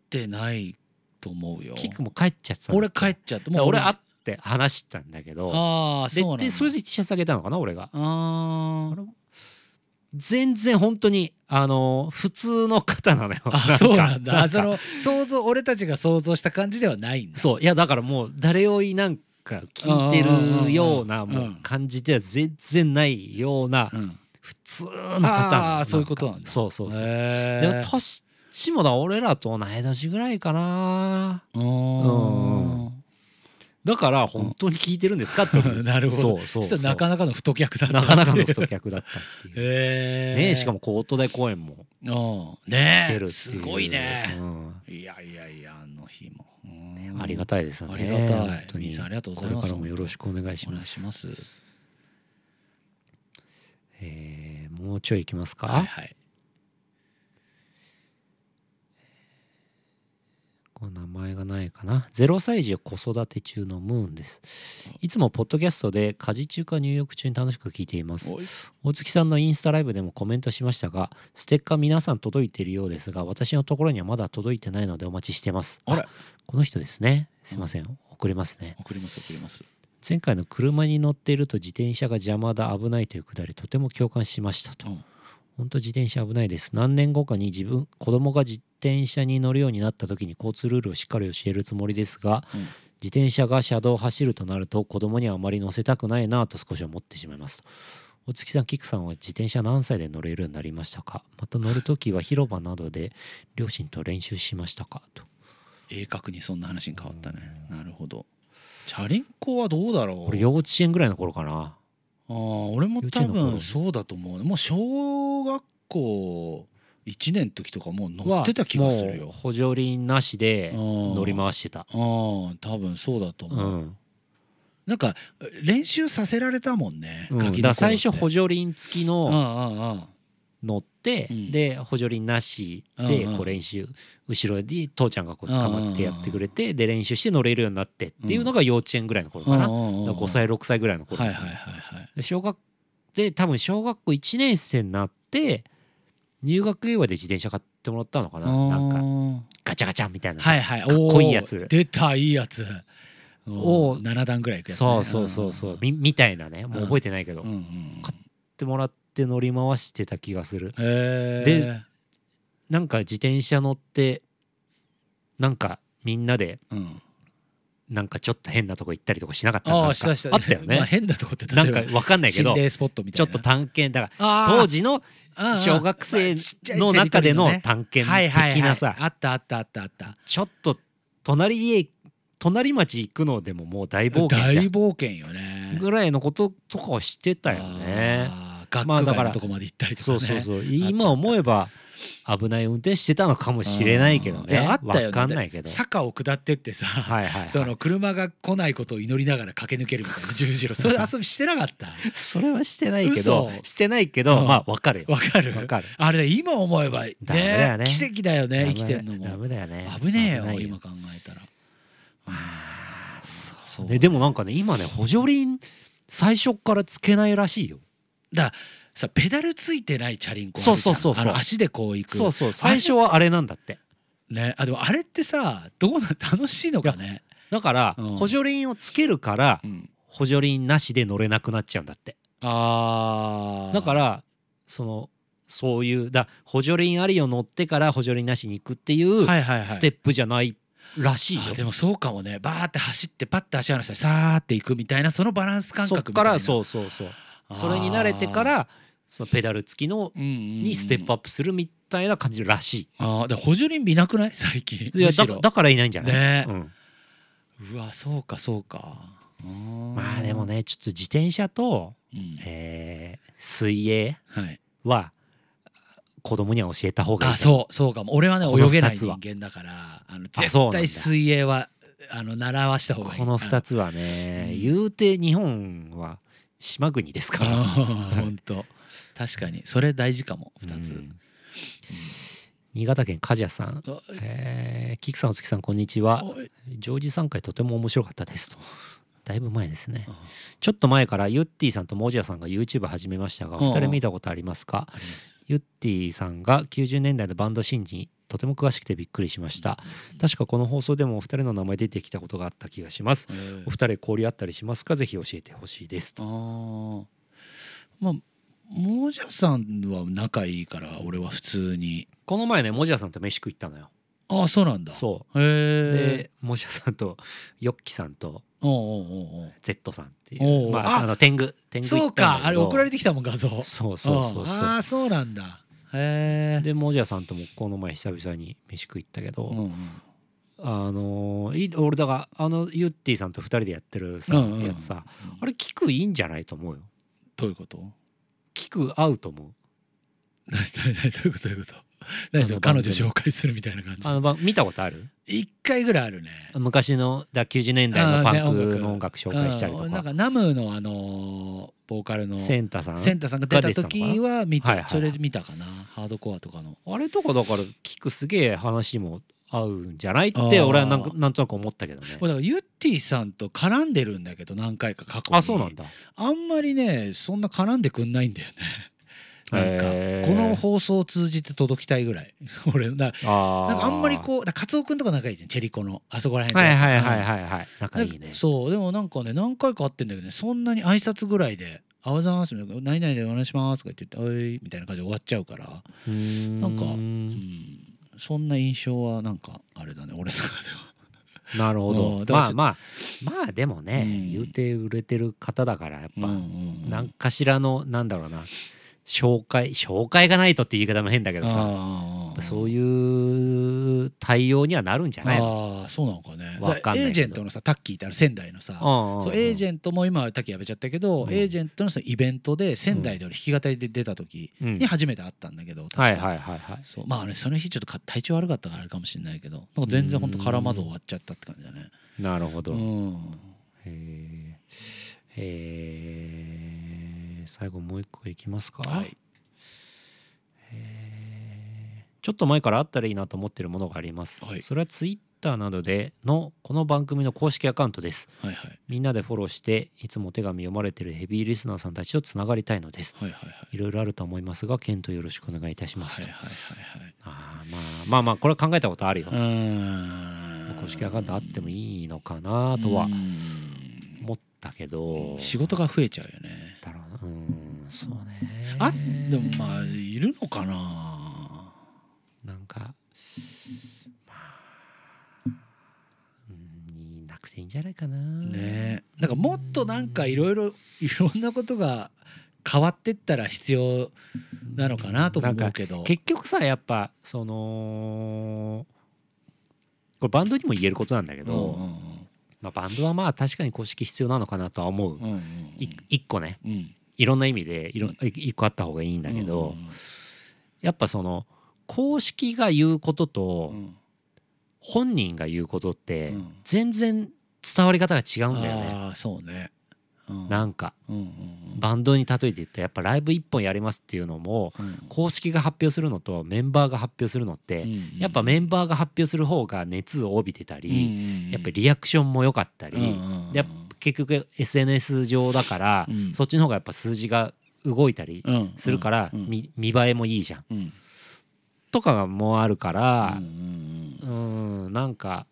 S2: てないと思うよ
S1: キックも帰っちゃってたんだ
S2: 俺帰っちゃって
S1: 俺
S2: あ
S1: 会って話したんだけど
S2: あー
S1: で
S2: そうなんだ
S1: でそれで T シャツあげたのかな俺が
S2: あー
S1: 全然本当にあの普通の方なのよ
S2: あそうなんだ
S1: か
S2: あその想像俺たちが想像した感じではないんだ
S1: そういやだからもう誰よりなんか聞いてるような
S2: うんうんうん
S1: も
S2: うん
S1: う感じでは全然ないような
S2: うん
S1: 普通の方な
S2: あ
S1: の
S2: ーそういうことなんだ
S1: かそうそうそう
S2: へ
S1: で
S2: ー
S1: も年もだ俺らと同い年ぐらいかな
S2: う
S1: うん
S2: ん
S1: だから本当に聞いてるんですかって思う
S2: なるほど
S1: そうそ
S2: そうした
S1: そう
S2: らなかなかの太客だった
S1: なかなかの太客だったっていう
S2: へえ
S1: ねえしかも高都大公演も
S2: うん
S1: 来て
S2: ね
S1: るってい
S2: え
S1: う
S2: すごいね
S1: うん
S2: いやいやいやあの日も
S1: ありがたいですよね
S2: ありがたい
S1: 本当
S2: みー
S1: に
S2: さんありがとうございま
S1: これ
S2: す
S1: からもよろしくお願いし
S2: お願
S1: ま
S2: い
S1: す
S2: します
S1: えーもうちょいいきますか、
S2: はいはい
S1: これ名前がないかな。0歳児子育て中のムーンです。いつもポッドキャストで家事中か入浴中に楽しく聞いています。
S2: おい
S1: 大月さんのインスタライブでもコメントしましたが、ステッカー皆さん届いているようですが、私のところにはまだ届いてないのでお待ちしてます。
S2: あれ
S1: この人ですね。すいません。送りますね。
S2: 送ります送ります
S1: 前回の車に乗っていると自転車が邪魔だ危ないというくだりとても共感しましたと。
S2: うん
S1: 本当自転車危ないです何年後かに自分子供が自転車に乗るようになった時に交通ルールをしっかり教えるつもりですが、
S2: うん
S1: 自転車が車道を走るとなると子供にはあまり乗せたくないなと少し思ってしまいますお月さんキクさんは自転車何歳で乗れるようになりましたかまた乗る時は広場などで両親と練習しましたかと
S2: 鋭角にそんな話に変わったねなるほどチャリンコはどうだろう
S1: 俺幼稚園ぐらいの頃かな
S2: あー俺も多
S1: 幼稚園の頃
S2: 分そうだと思うもう小学校1年の時とかもう乗ってた気がす
S1: は
S2: る
S1: もう
S2: よ
S1: 補助輪なしで
S2: 乗
S1: 乗り回してた
S2: あー多分そうだと
S1: う
S2: 思う、
S1: ん
S2: なんか練習させられたもんね、
S1: うん、だ
S2: ガ
S1: か
S2: キの頃
S1: ら
S2: って
S1: 最初補助輪付き
S2: ああ
S1: の
S2: ああ
S1: 乗って、
S2: うん
S1: で補助輪なし
S2: う
S1: で
S2: んうん
S1: こう練習後ろに父ちゃんがこう捕まってやってくれてで練習して乗れるようになってっていうのが幼稚園ぐらいの頃かな、だから5歳6歳ぐらいの頃、
S2: はいはいはいはい
S1: で小学で多分小学校1年生になって入学祝いで自転車買ってもらったのかななんか
S2: んか
S1: ガチャガチャみたいなさ、
S2: はいはい
S1: かっこいいやつ
S2: おー出たいいやつ
S1: を
S2: 7段ぐらいいくやつね、
S1: そうそうそうそう、みみたいなねもう覚えてないけど、
S2: うんう
S1: 買っ
S2: んうん
S1: 買てもらって乗り回してた気がする
S2: へ
S1: でなんか自転車乗ってなんかみんなで
S2: ーうん、
S1: なんかちょっと変なとこ行ったりとかしなかった
S2: あ
S1: なん
S2: あ
S1: か
S2: したした
S1: あったよ
S2: まあ、
S1: ね
S2: 変なとこって例えば
S1: なんかわかんないけど
S2: 心霊スポットみ
S1: ち
S2: た
S1: ょ
S2: い
S1: っと
S2: な
S1: 探検だから
S2: 当
S1: 当時の小学生の中での探検的なさ
S2: あったあったあったあった
S1: ちょっと隣へ隣町行くのでももう大冒険
S2: 大
S1: じゃん
S2: 冒険よね
S1: ぐらいのこととかをしてたよね。
S2: あー学
S1: まあ
S2: 区
S1: だ
S2: 外
S1: から
S2: のとこまで行ったりとか
S1: そ
S2: ね
S1: うそうそう今思えば危ない運転してたのかもしれないけどね
S2: うんいやあったよね
S1: わかんないけど
S2: 坂を下ってってさ、
S1: はいはい、はい、
S2: その車が来ないことを祈りながら駆け抜けるみたいな十字路それ遊びしてなかった
S1: それはしてないけど
S2: 嘘
S1: してないけど、
S2: うん
S1: まあわかるよ
S2: わかる
S1: わかる
S2: あれ今思えばね
S1: ダメだよね
S2: 奇跡だよね生きて
S1: る
S2: んの
S1: ダ
S2: も
S1: メだよね
S2: 危ねえよ
S1: 危ない
S2: 今考えたら
S1: まあそう
S2: そう
S1: ねでもなんかね今ね補助輪最初っからつけないらしいよ
S2: ださペダルついてないチャリンコあるじゃん
S1: そうそうそうそう
S2: あの足でこう行く
S1: そうそう最初はあれなんだって
S2: ねあでもあれってさどうなん楽しいのかね、
S1: だから
S2: うん
S1: 補助輪をつけるから補助輪なしで乗れなくなっちゃうんだって
S2: あー
S1: だからそのそういうだ補助輪ありを乗ってから補助輪なしに行くっていう
S2: はいはいはい、
S1: ステップじゃないらしいよ、
S2: あでもそうかもねバーって走ってパッて足離したらさーっていくみたいなそのバランス感
S1: そっ
S2: 覚み
S1: か
S2: たいな
S1: らそうそうそう
S2: あー
S1: それに慣れてからそのペダル付きの
S2: うんうんうん
S1: にステップアップするみたいな感じらし
S2: あーだから補助輪見なくない最近
S1: いいや
S2: むし
S1: だ
S2: ろ
S1: だからいないんじゃない、
S2: ね
S1: う、ん、
S2: うわそうかそうか
S1: まあでも
S2: ね、
S1: ねちょっと自転車と、
S2: うん
S1: えー水泳
S2: はい、
S1: は子供には教えた方がいい
S2: あそうそうかも俺はね
S1: この
S2: 泳げない
S1: 二つは
S2: 人間だからあの
S1: あそうな
S2: 絶
S1: んだ
S2: 対水泳はあの習わした方がいい
S1: この2
S2: つ
S1: つはね、
S2: うん
S1: 言うて日本は島国ですから
S2: 本当確かにそれ大事かも2つ、
S1: うん新潟県梶谷さん、
S2: あ
S1: えー、キクさんお月さんこんにちは
S2: おい
S1: ジョージさん回とても面白かった ですとだいぶ前ですね
S2: あ
S1: ちょっと前からユッティさんとモジヤさんが YouTube 始めましたがお二
S2: うんう
S1: 人
S2: ん
S1: 見たことありますか
S2: あります
S1: ユッティさんが90年代のバンドシーンにとても詳しくてびっくりしました確かこの放送でもお二人の名前出てきたことがあった気がします
S2: えー
S1: お二人交流あったりしますかぜひ教えてほしいですと
S2: あーまあモジャさんは仲いいから俺は普通に
S1: この前ねモジヤさんと飯食い行ったのよ
S2: ああそうなんだ
S1: そうう
S2: へえ
S1: でモジヤさんとヨッキさんと
S2: おうおうおうおう
S1: Z さんってい
S2: お
S1: う
S2: う
S1: まあ
S2: あ
S1: あの天狗天狗
S2: そ
S1: 行
S2: う
S1: ったんだけ
S2: か
S1: ど
S2: あれ送られてきたもん画像
S1: そうそうそう
S2: う
S1: そ
S2: んああそうなんだへ
S1: う
S2: え
S1: でモジヤさんともこの前久々に飯食い行ったけど、
S2: うんうん
S1: あのーい俺だからあのユッティさんと2人でやってるさ、
S2: うんうん
S1: やつさ
S2: うん
S1: あれ聞くいいんじゃないと思うよ
S2: どういうこと
S1: 聞く合うと思う
S2: 何何何どういうことどういうこと何そ
S1: あの
S2: れ彼女紹介するみたいな感じ
S1: あのば見たことある
S2: 一回ぐらいあるね
S1: 昔のだ90年代のパンクの音楽紹介したりと
S2: うんなん
S1: か
S2: かナムのあのーボーカルのセ
S1: センタさん
S2: ンタさんが出た時は見
S1: はいはいは
S2: た
S1: い
S2: それ見たかなハードコアとかの
S1: あれとかだから聞くすげえ話も合うんじゃないって俺はなんか
S2: あー
S1: なんとなく思ったけどね
S2: もうだからユッティさんと絡んでるんだけど何回か過去に
S1: あそうなんだ
S2: あんまりねそんな絡んでくんないんだよねなんか
S1: へー
S2: この放送を通じて届きたいぐらい 俺だ
S1: あー
S2: なんかあんまりこうだからカツオくんとか仲いいじゃんチェリコのあそこら辺
S1: はいはい
S2: い
S1: はいはいはい仲いいね
S2: そうでもなんかね何回か会ってんだけどねそんなに挨拶ぐらいで「あおはようございます」みたいな「何々でお願いします」とか言って「おい」みたいな感じで終わっちゃうから、
S1: なん
S2: かうん、そんな印象はなんかあれだね俺の中 では。
S1: なるほ
S2: うん
S1: ど。
S2: だか
S1: ま
S2: ら
S1: あ
S2: ちょ
S1: まあまあでもね、
S2: うん
S1: 言うて売れてる方だからやっぱ、
S2: うん
S1: 何かしらのなんだろうな紹介紹介がないとっていう言い方も変だけどさ
S2: あー
S1: そういう対応にはなるんじゃないの
S2: あーそうなのかね
S1: わかんないけど
S2: エージェントのさタッキーってある仙台のさそうエージ
S1: ェン
S2: ェントも今はタッキーやめちゃったけど、
S1: うん
S2: エージェントのそのイベントで仙台で俺弾き語りで出た時
S1: うん
S2: に初めて会ったんだけど、確か
S1: はいはいはいはい。
S2: そうまあねその日ちょっとか体調悪かったからあれかもしれないけどなんか全然ほんと絡まず終わっちゃったって感じだね
S1: なるほ
S2: う
S1: ど。
S2: ん
S1: へーえー最後もう一個いきますか、
S2: はい
S1: えーちょっと前からあったらいいなと思ってるものがあります、
S2: はい
S1: それはツイッターなどでのこの番組の公式アカウントです
S2: はいはい
S1: みんなでフォローしていつもお手紙読まれてるヘビーリスナーさんたちとつながりたいのです
S2: はいはいはい
S1: いろいろあると思いますが検討よろしくお願いいたします
S2: はい
S1: と、
S2: はいはい
S1: あーまあまあまあこれは考えたことあるよ、
S2: はいうーん
S1: 公式アカウントあってもいいのかなとは
S2: うー
S1: 思ったけど
S2: ん仕事が増えちゃうよね
S1: だろうなうんそうね
S2: あでもまあいるのかな
S1: なんかまあうんいなくていいんじゃないかな
S2: ねなんかもっとなんかいろい ろいろんなことが変わってったら必要なのかなとも思うけど
S1: 結局さやっぱそのこれバンドにも言えることなんだけ
S2: うん
S1: ど、まあ、バンドはまあ確かに公式必要なのかなとは思う、
S2: うんうんうん
S1: い一個ね
S2: うん
S1: いろんな意味でいろ、
S2: うん
S1: 一個あった方がいいんだけど、
S2: うん
S1: やっぱその公式が言うことと
S2: うん
S1: 本人が言うことっ
S2: う
S1: て
S2: ん
S1: 全然伝わり方が違うんだよね。
S2: ああそうねうん
S1: なんか
S2: うんうん
S1: バンドに例えて言ったらやっぱライブ1本やりますっていうのも
S2: うん
S1: 公式が発表するのとメンバーが発表するのって、
S2: うん
S1: やっぱメンバーが発表する方が熱を帯びてた
S2: うん
S1: り、
S2: うんうん
S1: やっぱりリアクションも良かったり、
S2: うんうん
S1: やっぱ結局 SNS 上だから、
S2: うん
S1: そっちの方がやっぱ数字が動いたり
S2: うん
S1: するから、
S2: うん
S1: み見栄えもいいじゃん
S2: うん
S1: とかがもうあるから
S2: うんう、ん
S1: うーんなんか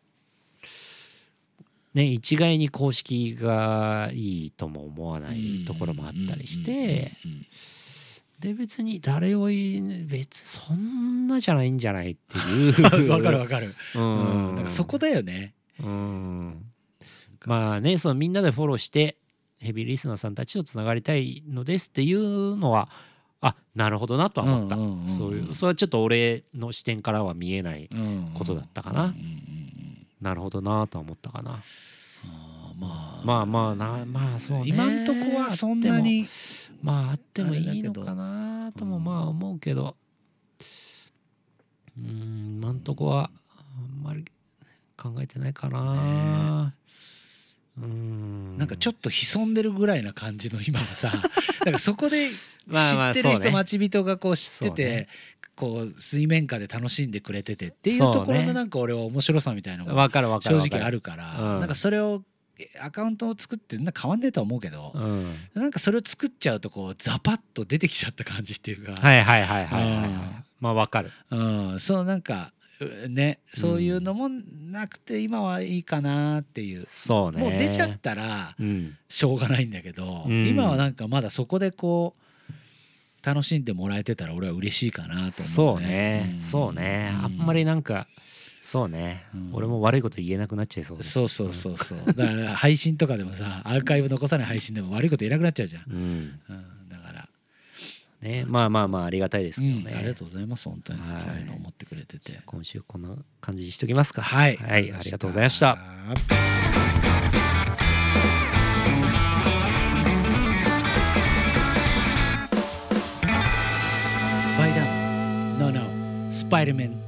S1: ね一概に公式がいいとも思わ
S2: うん
S1: ないところもあったりし
S2: うんうんうん
S1: てで別に誰をい別そんなじゃないんじゃないってい
S2: うん
S1: う
S2: わかるわかる
S1: う
S2: うんんだからそこだよね
S1: うんまあねそのみんなでフォローしてヘビーリスナーさんたちとつながりたいのですっていうのはあなるほどなとは思った、
S2: うんうんうんうん
S1: そういうそれはちょっと俺の視点からは見えないことだったかな
S2: うんうんうん
S1: なるほどなとは思ったかな。
S2: あーまあ
S1: まあまあなまあそうね
S2: 今んとこはそんなに
S1: まああってもいいの
S2: あれだけど
S1: かなともまあ思うけどうーん今んとこはあんまり考えてないかな、うーん
S2: なんかちょっと潜んでるぐらいな感じの今は さなんかそこで知
S1: まあまあ
S2: ってる
S1: そうね
S2: 人待ち人がこう知って
S1: そうね
S2: てこう水面下で楽しんでくれててっていう
S1: そうね
S2: ところのなんか俺は面白さみたいなのが
S1: わかるわか
S2: 正
S1: るわか
S2: 直あるから
S1: うん
S2: なんかそれをえアカウントを作ってなんか変わんねえとは思うけど
S1: うん、
S2: なんかそれを作っちゃうとこうザパッと出てきちゃった感じっていうか
S1: はいはいはいはいはい、は
S2: う
S1: い
S2: ん、
S1: まあわかる
S2: うん、そうなんかうねそういうのもなくて今はいいかなっていう、
S1: そうね
S2: もう出ちゃったら
S1: うん
S2: しょうがないんだけど、
S1: うん
S2: 今はなんかまだそこでこう楽しんでもらえてたら俺は嬉しいかなと思
S1: そう
S2: う
S1: ね、
S2: ね。
S1: そうね、あんまりなんかそうね、
S2: うん
S1: 俺も悪いこと言えなくなっちゃいそうだし
S2: そうそうそうそうだから配信とかでもさアーカイブ残さない配信でも悪いこと言えなくなっちゃうじゃん、
S1: うん
S2: うん、だから、
S1: ねまあまあまあありがたいです
S2: う
S1: けど
S2: ん
S1: ね、
S2: ありがとうございます本当にそう
S1: はい
S2: いうのを思ってくれてて
S1: 今週こんな感じにしときますか
S2: はい、
S1: はい、ありがとうございました
S2: スパイダーマン No, no. Spider-Man